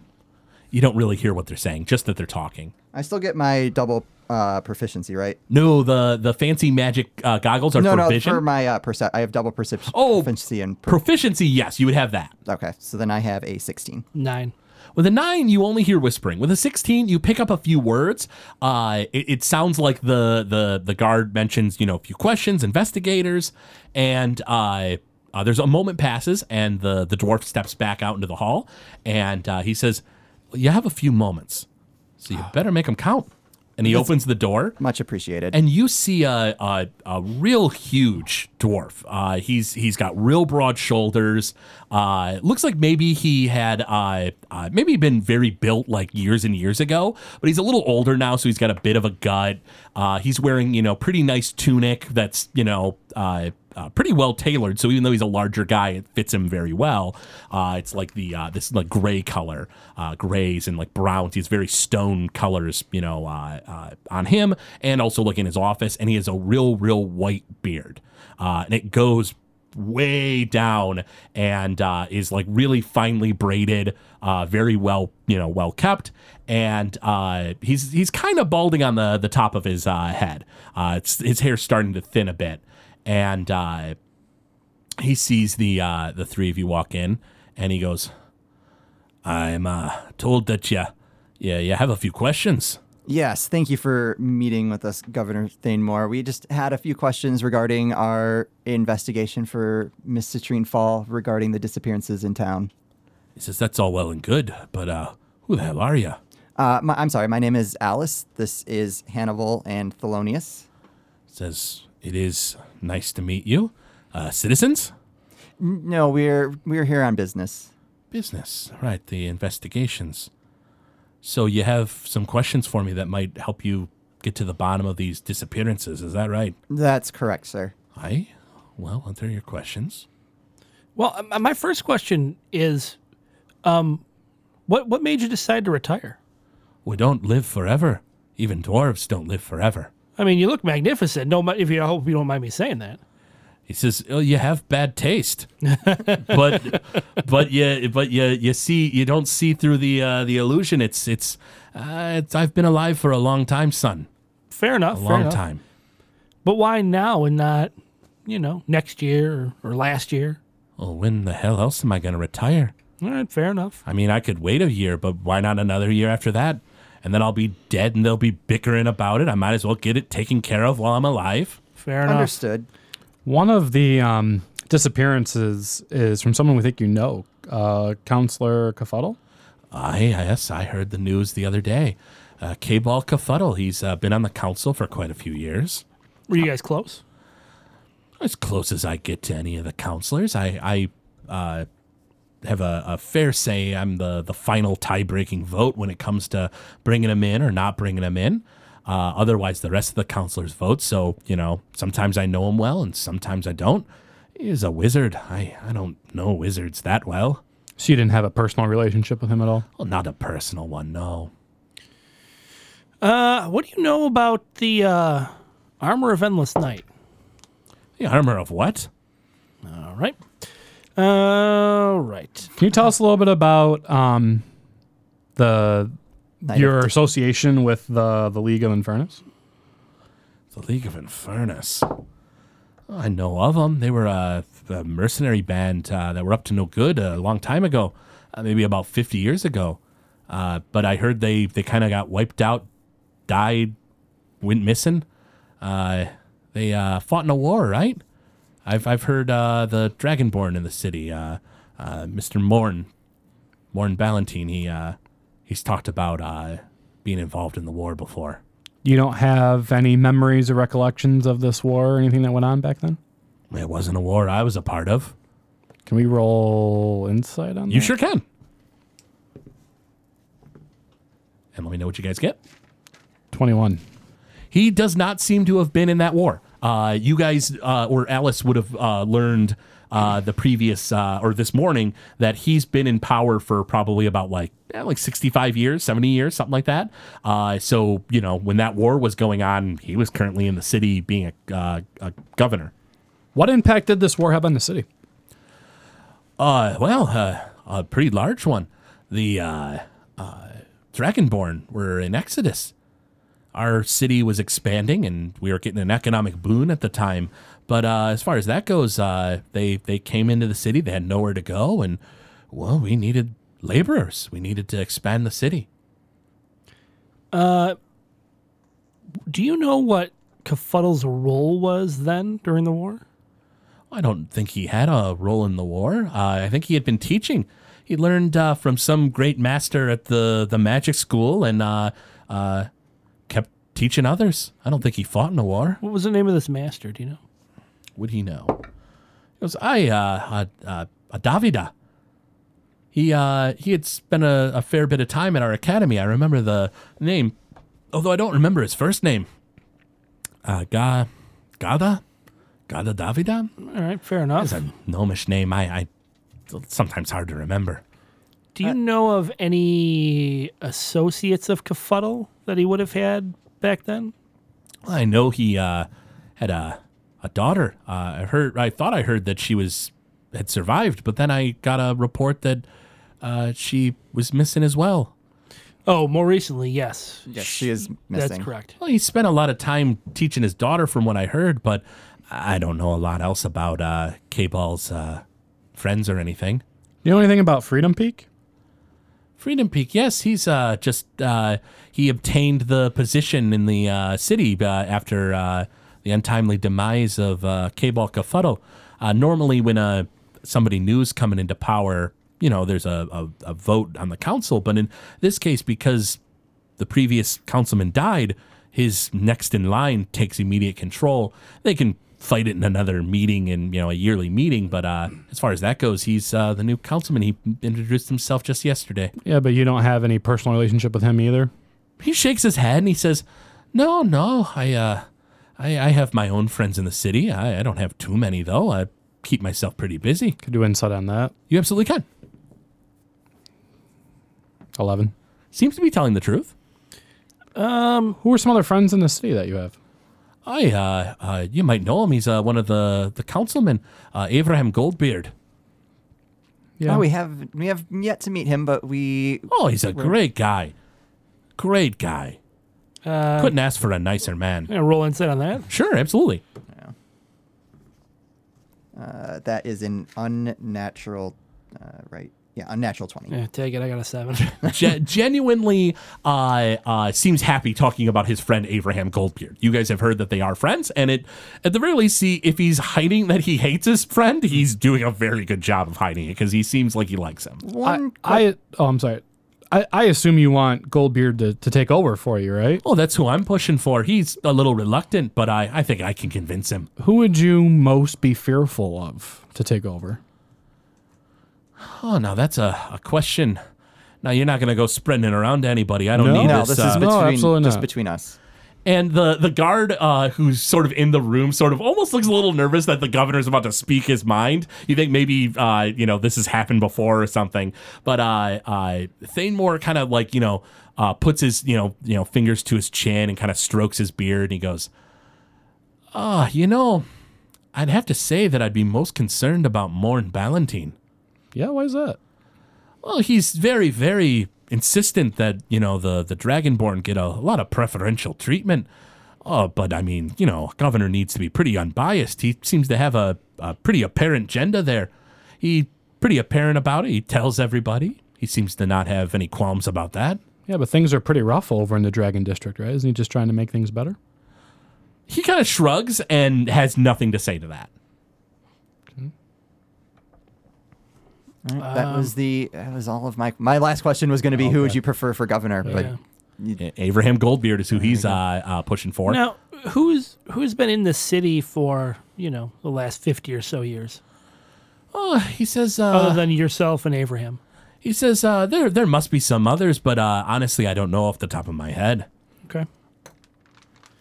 Speaker 1: You don't really hear what they're saying, just that they're talking.
Speaker 3: I still get my double uh, proficiency, right?
Speaker 1: No, the the fancy magic uh, goggles are
Speaker 3: No,
Speaker 1: for
Speaker 3: no,
Speaker 1: vision.
Speaker 3: for my uh, perce- I have double perception.
Speaker 1: Oh,
Speaker 3: proficiency and per-
Speaker 1: Proficiency, yes, you would have that.
Speaker 3: okay. So then I have a sixteen.
Speaker 4: Nine.
Speaker 1: With a nine, you only hear whispering. With a sixteen, you pick up a few words. Uh, it, it sounds like the the the guard mentions you know a few questions, investigators, and uh, uh, there's a moment passes, and the the dwarf steps back out into the hall, and uh, he says, "You have a few moments, so you better make them count." And he opens the door,
Speaker 3: Much appreciated.
Speaker 1: and you see a a, a real huge dwarf. Uh, he's he's got real broad shoulders. Uh, looks like maybe he had uh, uh, maybe been very built like years and years ago, but he's a little older now, so he's got a bit of a gut. Uh, he's wearing you know pretty nice tunic that's you know. Uh, uh, pretty well tailored, so even though he's a larger guy, it fits him very well. Uh, it's like the uh, this like gray color, uh, grays and like browns. He's very stone colors, you know, uh, uh, on him, and also like in his office. And he has a real, real white beard, uh, and it goes way down and uh, is like really finely braided, uh, very well, you know, well kept. And uh, he's he's kind of balding on the the top of his uh, head. Uh, it's his hair's starting to thin a bit, and uh, he sees the uh, the three of you walk in, and he goes, "I'm uh, told that you, yeah, you have a few questions."
Speaker 3: Yes, thank you for meeting with us, Governor Thanemore. We just had a few questions regarding our investigation for Miss Citrine Fall regarding the disappearances in town.
Speaker 1: He says, "That's all well and good, but uh, who the hell are you?"
Speaker 3: Uh, my, I'm sorry, my name is Alice. This is Hannibal and Thelonious.
Speaker 1: Says, "It is nice to meet you, uh, citizens."
Speaker 3: No, we're we're here on business.
Speaker 1: Business, right? The investigations. So you have some questions for me that might help you get to the bottom of these disappearances. Is that right?
Speaker 3: That's correct, sir.
Speaker 1: I, well, what are your questions?
Speaker 4: Well, m- my first question is, um, what what made you decide to retire?
Speaker 1: We don't live forever. Even dwarves don't live forever.
Speaker 4: I mean, you look magnificent. No, mi- if you I hope you don't mind me saying that.
Speaker 1: He says, "Oh, you have bad taste, but but you but you you see you don't see through the uh, the illusion. It's it's, uh, it's I've been alive for a long time, son.
Speaker 4: Fair enough.
Speaker 1: A
Speaker 4: fair
Speaker 1: long
Speaker 4: enough.
Speaker 1: time.
Speaker 4: But why now and not, you know, next year or, or last year?
Speaker 1: Well, Oh, when the hell else am I going to retire?
Speaker 4: All right, fair enough.
Speaker 1: I mean, I could wait a year, but why not another year after that? And then I'll be dead, and they'll be bickering about it. I might as well get it taken care of while I'm alive.
Speaker 4: Fair enough.
Speaker 3: Understood.
Speaker 5: One of the um, disappearances is from someone we think you know, uh, Counselor Kafuddle.
Speaker 1: I yes, I heard the news the other day. Uh, K-Ball Cafuddle, he's uh, been on the council for quite a few years.
Speaker 4: Were you guys close?
Speaker 1: As close as I get to any of the counselors, I, I uh, have a, a fair say. I'm the, the final tie-breaking vote when it comes to bringing them in or not bringing them in. Uh, otherwise, the rest of the counselors vote. So you know, sometimes I know him well, and sometimes I don't. He's a wizard. I, I don't know wizards that well.
Speaker 5: So you didn't have a personal relationship with him at all?
Speaker 1: Well, not a personal one, no.
Speaker 4: Uh, what do you know about the uh, Armor of Endless Night?
Speaker 1: The armor of what?
Speaker 4: All right. All right.
Speaker 5: Can you tell us a little bit about um, the
Speaker 3: Night
Speaker 5: your
Speaker 3: of
Speaker 5: association with the the League of Infernus?
Speaker 1: The League of Infernus. I know of them. They were a, a mercenary band uh, that were up to no good a long time ago, uh, maybe about 50 years ago. Uh, but I heard they, they kind of got wiped out, died, went missing. Uh, they uh, fought in a war, right? I've, I've heard uh, the Dragonborn in the city, uh, uh, Mr. Morn, Morn Ballantine, he, uh, he's talked about uh, being involved in the war before.
Speaker 5: You don't have any memories or recollections of this war or anything that went on back then?
Speaker 1: It wasn't a war I was a part of.
Speaker 5: Can we roll insight on
Speaker 1: You
Speaker 5: that?
Speaker 1: sure can. And let me know what you guys get.
Speaker 5: 21.
Speaker 1: He does not seem to have been in that war. Uh, you guys uh, or Alice would have uh, learned uh, the previous uh, or this morning that he's been in power for probably about like eh, like 65 years, 70 years, something like that. Uh, so you know when that war was going on, he was currently in the city being a, uh, a governor.
Speaker 5: What impact did this war have on the city?
Speaker 1: Uh, well, uh, a pretty large one. The uh, uh, Dragonborn were in Exodus. Our city was expanding, and we were getting an economic boon at the time. But uh, as far as that goes, uh, they they came into the city. They had nowhere to go, and well, we needed laborers. We needed to expand the city.
Speaker 4: Do you know what Kafuddle's role was then during the war?
Speaker 1: I don't think he had a role in the war. Uh, I think he had been teaching. He learned uh, from some great master at the, the magic school and uh, uh, kept teaching others. I don't think he fought in a war.
Speaker 4: What was the name of this master? Do you know?
Speaker 1: Would he know? It was I, uh, uh, uh, uh, Davida. He uh, he had spent a, a fair bit of time at our academy. I remember the name, although I don't remember his first name. Uh, Ga, Gada, Gada Davida.
Speaker 4: All right, fair enough.
Speaker 1: It's a gnomish name. I, I it's sometimes hard to remember.
Speaker 4: Do you know of any associates of Kafuddle that he would have had back then?
Speaker 1: I know he uh, had a a daughter. Uh, I heard. I thought I heard that she was had survived, but then I got a report that uh, she was missing as well.
Speaker 4: Oh, more recently, yes.
Speaker 3: Yes, she is
Speaker 4: That's
Speaker 3: missing.
Speaker 4: correct.
Speaker 1: Well, he spent a lot of time teaching his daughter, from what I heard, but I don't know a lot else about uh, K-Ball's uh, friends or anything.
Speaker 5: You know anything about Freedom Peak?
Speaker 1: Freedom Peak, yes, he's uh, just uh, he obtained the position in the uh, city uh, after uh, the untimely demise of uh, K-Ball Kafuddle. Uh, normally, when uh, somebody new's coming into power, you know, there's a, a, a vote on the council, but in this case, because the previous councilman died, his next in line takes immediate control. They can fight it in another meeting and you know a yearly meeting, but uh, as far as that goes, he's uh, the new councilman. He introduced himself just yesterday.
Speaker 5: Yeah, but you don't have any personal relationship with him either.
Speaker 1: He shakes his head and he says, "No, no, I, uh, I, I have my own friends in the city. I, I don't have too many though. I keep myself pretty busy.
Speaker 5: Could do insight on that.
Speaker 1: You absolutely can.
Speaker 5: 11.
Speaker 1: Seems to be telling the truth."
Speaker 5: Who are some other friends in the city that you have?
Speaker 1: Hi, uh, uh, you might know him. He's uh, one of the the councilmen, uh, Abraham Goldbeard.
Speaker 5: Yeah.
Speaker 3: Oh, we have we have yet to meet him, but we
Speaker 1: Oh, he's a great guy. Great guy. Couldn't ask for a nicer man.
Speaker 4: Yeah, roll insight on that.
Speaker 1: Sure, absolutely.
Speaker 3: uh, that is an unnatural, uh, right? Yeah, unnatural 20.
Speaker 4: Yeah, take it. I got a seven.
Speaker 1: Ge- genuinely uh, uh, seems happy talking about his friend Abraham Goldbeard. You guys have heard that they are friends, and it at the very least, see if he's hiding that he hates his friend, he's doing a very good job of hiding it because he seems like he likes him.
Speaker 3: One
Speaker 5: I oh, I'm sorry. I, I assume you want Goldbeard to, to take over for you, right?
Speaker 1: Oh, that's who I'm pushing for. He's a little reluctant, but I, I think I can convince him.
Speaker 5: Who would you most be fearful of to take over?
Speaker 1: Oh, now that's a, a question. Now you're not going to go sprinting around to anybody. I don't
Speaker 5: No.
Speaker 1: need
Speaker 3: no,
Speaker 1: this.
Speaker 3: this
Speaker 1: uh,
Speaker 3: is between,
Speaker 5: absolutely
Speaker 3: just
Speaker 5: not.
Speaker 3: between us.
Speaker 1: And the the guard uh, who's sort of in the room sort of almost looks a little nervous that the governor's about to speak his mind. You think maybe uh, you know this has happened before or something. But uh, uh, Thanemore kind of like you know uh, puts his you know you know fingers to his chin and kind of strokes his beard and he goes, "Ah, you know, I'd have to say that I'd be most concerned about Morn Ballantine."
Speaker 5: Yeah, why is that?
Speaker 1: Well, he's very, very insistent that you know the the Dragonborn get a lot of preferential treatment. Oh, but I mean, you know, governor needs to be pretty unbiased. He seems to have a, a pretty apparent agenda there. He pretty apparent about it. He tells everybody. He seems to not have any qualms about that.
Speaker 5: Yeah, but things are pretty rough over in the Dragon District, right? Isn't he just trying to make things better?
Speaker 1: He kind of shrugs and has nothing to say to that.
Speaker 3: All right, that was the that was all of my my last question was going to be who would you prefer for governor, but
Speaker 1: A- Abraham Goldbeard is who he's uh, uh, pushing for.
Speaker 4: now, who's who's been in the city for you know the last fifty or so years,
Speaker 1: Oh, he says. Uh,
Speaker 4: other than yourself and Abraham?
Speaker 1: he says uh, there there must be some others, but uh, honestly, I don't know off the top of my head.
Speaker 4: Okay.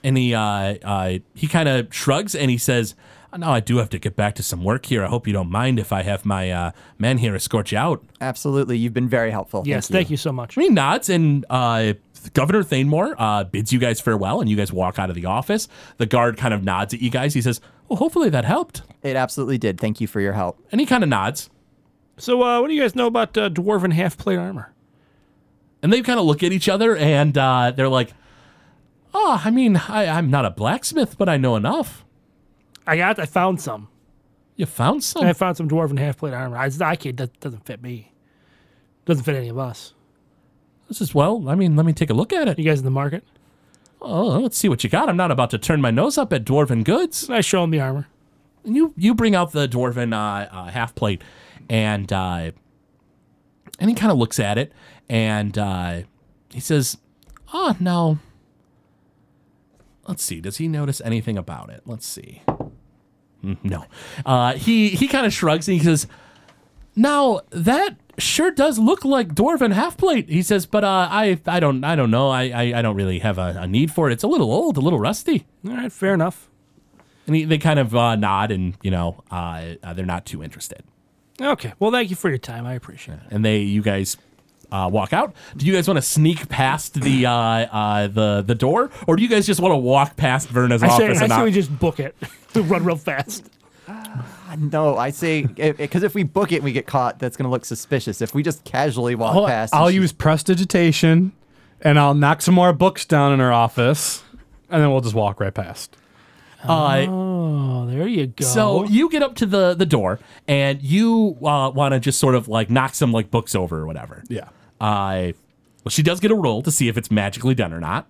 Speaker 1: and he uh, uh, he kind of shrugs and he says, "Oh, "No, I do have to get back to some work here. I hope you don't mind if I have my uh, man here escort you out."
Speaker 3: absolutely, you've been very helpful.
Speaker 4: Yes. Thank you, so much.
Speaker 1: He nods and uh, Governor Thanemore uh, bids you guys farewell, and you guys walk out of the office. The guard kind of nods at you guys. He says, "Well, hopefully that helped,"
Speaker 3: you. It absolutely did. Thank you for your help.
Speaker 1: and he kind of nods.
Speaker 4: So, uh, what do you guys know about uh, dwarven half plate armor?
Speaker 1: And they kind of look at each other and uh, they're like, "Oh, I mean, I, I'm not a blacksmith, but I know enough."
Speaker 4: I got. I found some.
Speaker 1: You found some.
Speaker 4: I found some dwarven half plate armor. I, I can't. That doesn't fit me. Doesn't fit any of us.
Speaker 1: This is well. I mean, let me take a look at it.
Speaker 4: You guys in the market?
Speaker 1: Oh, let's see what you got. I'm not about to turn my nose up at dwarven goods.
Speaker 4: I show him the armor.
Speaker 1: And you you bring out the dwarven uh, uh, half plate, and uh, and he kind of looks at it, and uh, he says, "Oh no." Let's see. Does he notice anything about it? Let's see. Mm, No. Uh, he he kind of shrugs and he says, "Now that sure does look like dwarven half plate." He says, "But uh, I I don't I don't know. I I, I don't really have a, a need for it. It's a little old, a little rusty."
Speaker 4: All right. Fair enough.
Speaker 1: And he, they kind of uh, nod, and you know, uh, uh, they're not too interested.
Speaker 4: Okay. Well, thank you for your time. I appreciate it.
Speaker 1: And they, you guys, uh, walk out. Do you guys want to sneak past the uh, uh, the the door, or do you guys just want to walk past Verna's
Speaker 4: I say,
Speaker 1: office?
Speaker 4: I
Speaker 1: and
Speaker 4: say
Speaker 1: not-
Speaker 4: we just book it. we run real fast.
Speaker 3: Ah, No, I say because if we book it and we get caught, that's going to look suspicious. If we just casually walk
Speaker 5: I'll,
Speaker 3: past,
Speaker 5: Oh, I'll
Speaker 3: and she's-
Speaker 5: use prestidigitation and I'll knock some more books down in her office and then we'll just walk right past.
Speaker 1: uh,
Speaker 4: Oh, there you go.
Speaker 1: So you get up to the the door, and you uh, want to just sort of like knock some like books over or whatever.
Speaker 5: Yeah.
Speaker 1: I well, she does get a roll to see if it's magically done or not.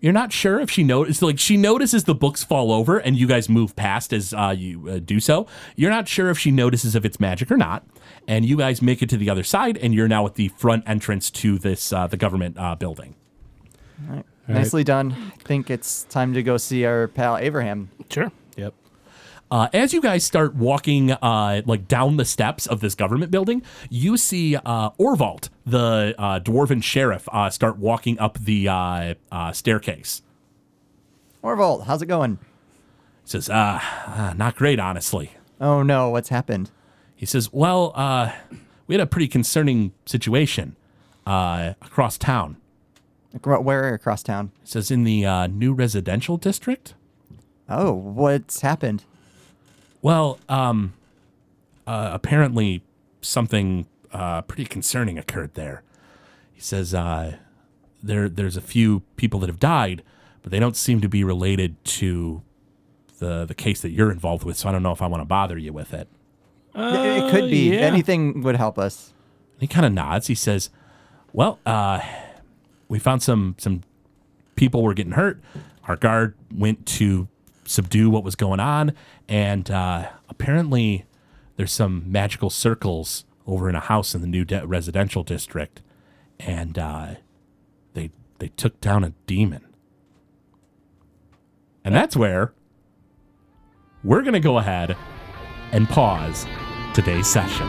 Speaker 1: You're not sure if she notices. Like she notices the books fall over, and you guys move past as uh, you uh, do so. You're not sure if she notices if it's magic or not, and you guys make it to the other side, and you're now at the front entrance to this uh, the government uh, building.
Speaker 3: nicely done. I think it's time to go see our pal Abraham.
Speaker 4: sure.
Speaker 5: Yep.
Speaker 1: Uh, as you guys start walking uh, like down the steps of this government building, you see uh, Orvalt, the uh, dwarven sheriff, uh, start walking up the uh, uh, staircase.
Speaker 3: Orvolt, how's it going?
Speaker 1: He says, ah, ah, not great, honestly.
Speaker 3: Oh no, what's happened?
Speaker 1: He says, well, uh, we had a pretty concerning situation uh, across town.
Speaker 3: Acro- Where across town?
Speaker 1: He says, in the uh, new residential district.
Speaker 3: Oh, what's happened?
Speaker 1: Well, um, uh, apparently something uh, pretty concerning occurred there. He says uh, there there's a few people that have died, but they don't seem to be related to the the case that you're involved with. So I don't know if I want to bother you with it.
Speaker 3: it could be.
Speaker 4: yeah.
Speaker 3: Anything would help us.
Speaker 1: he kind of nods. He says, "Well, uh, we found some some people were getting hurt. Our guard went to subdue what was going on, and uh, apparently there's some magical circles over in a house in the new de- residential district, and uh, they they took down a demon. And that's where we're gonna go ahead and pause today's session."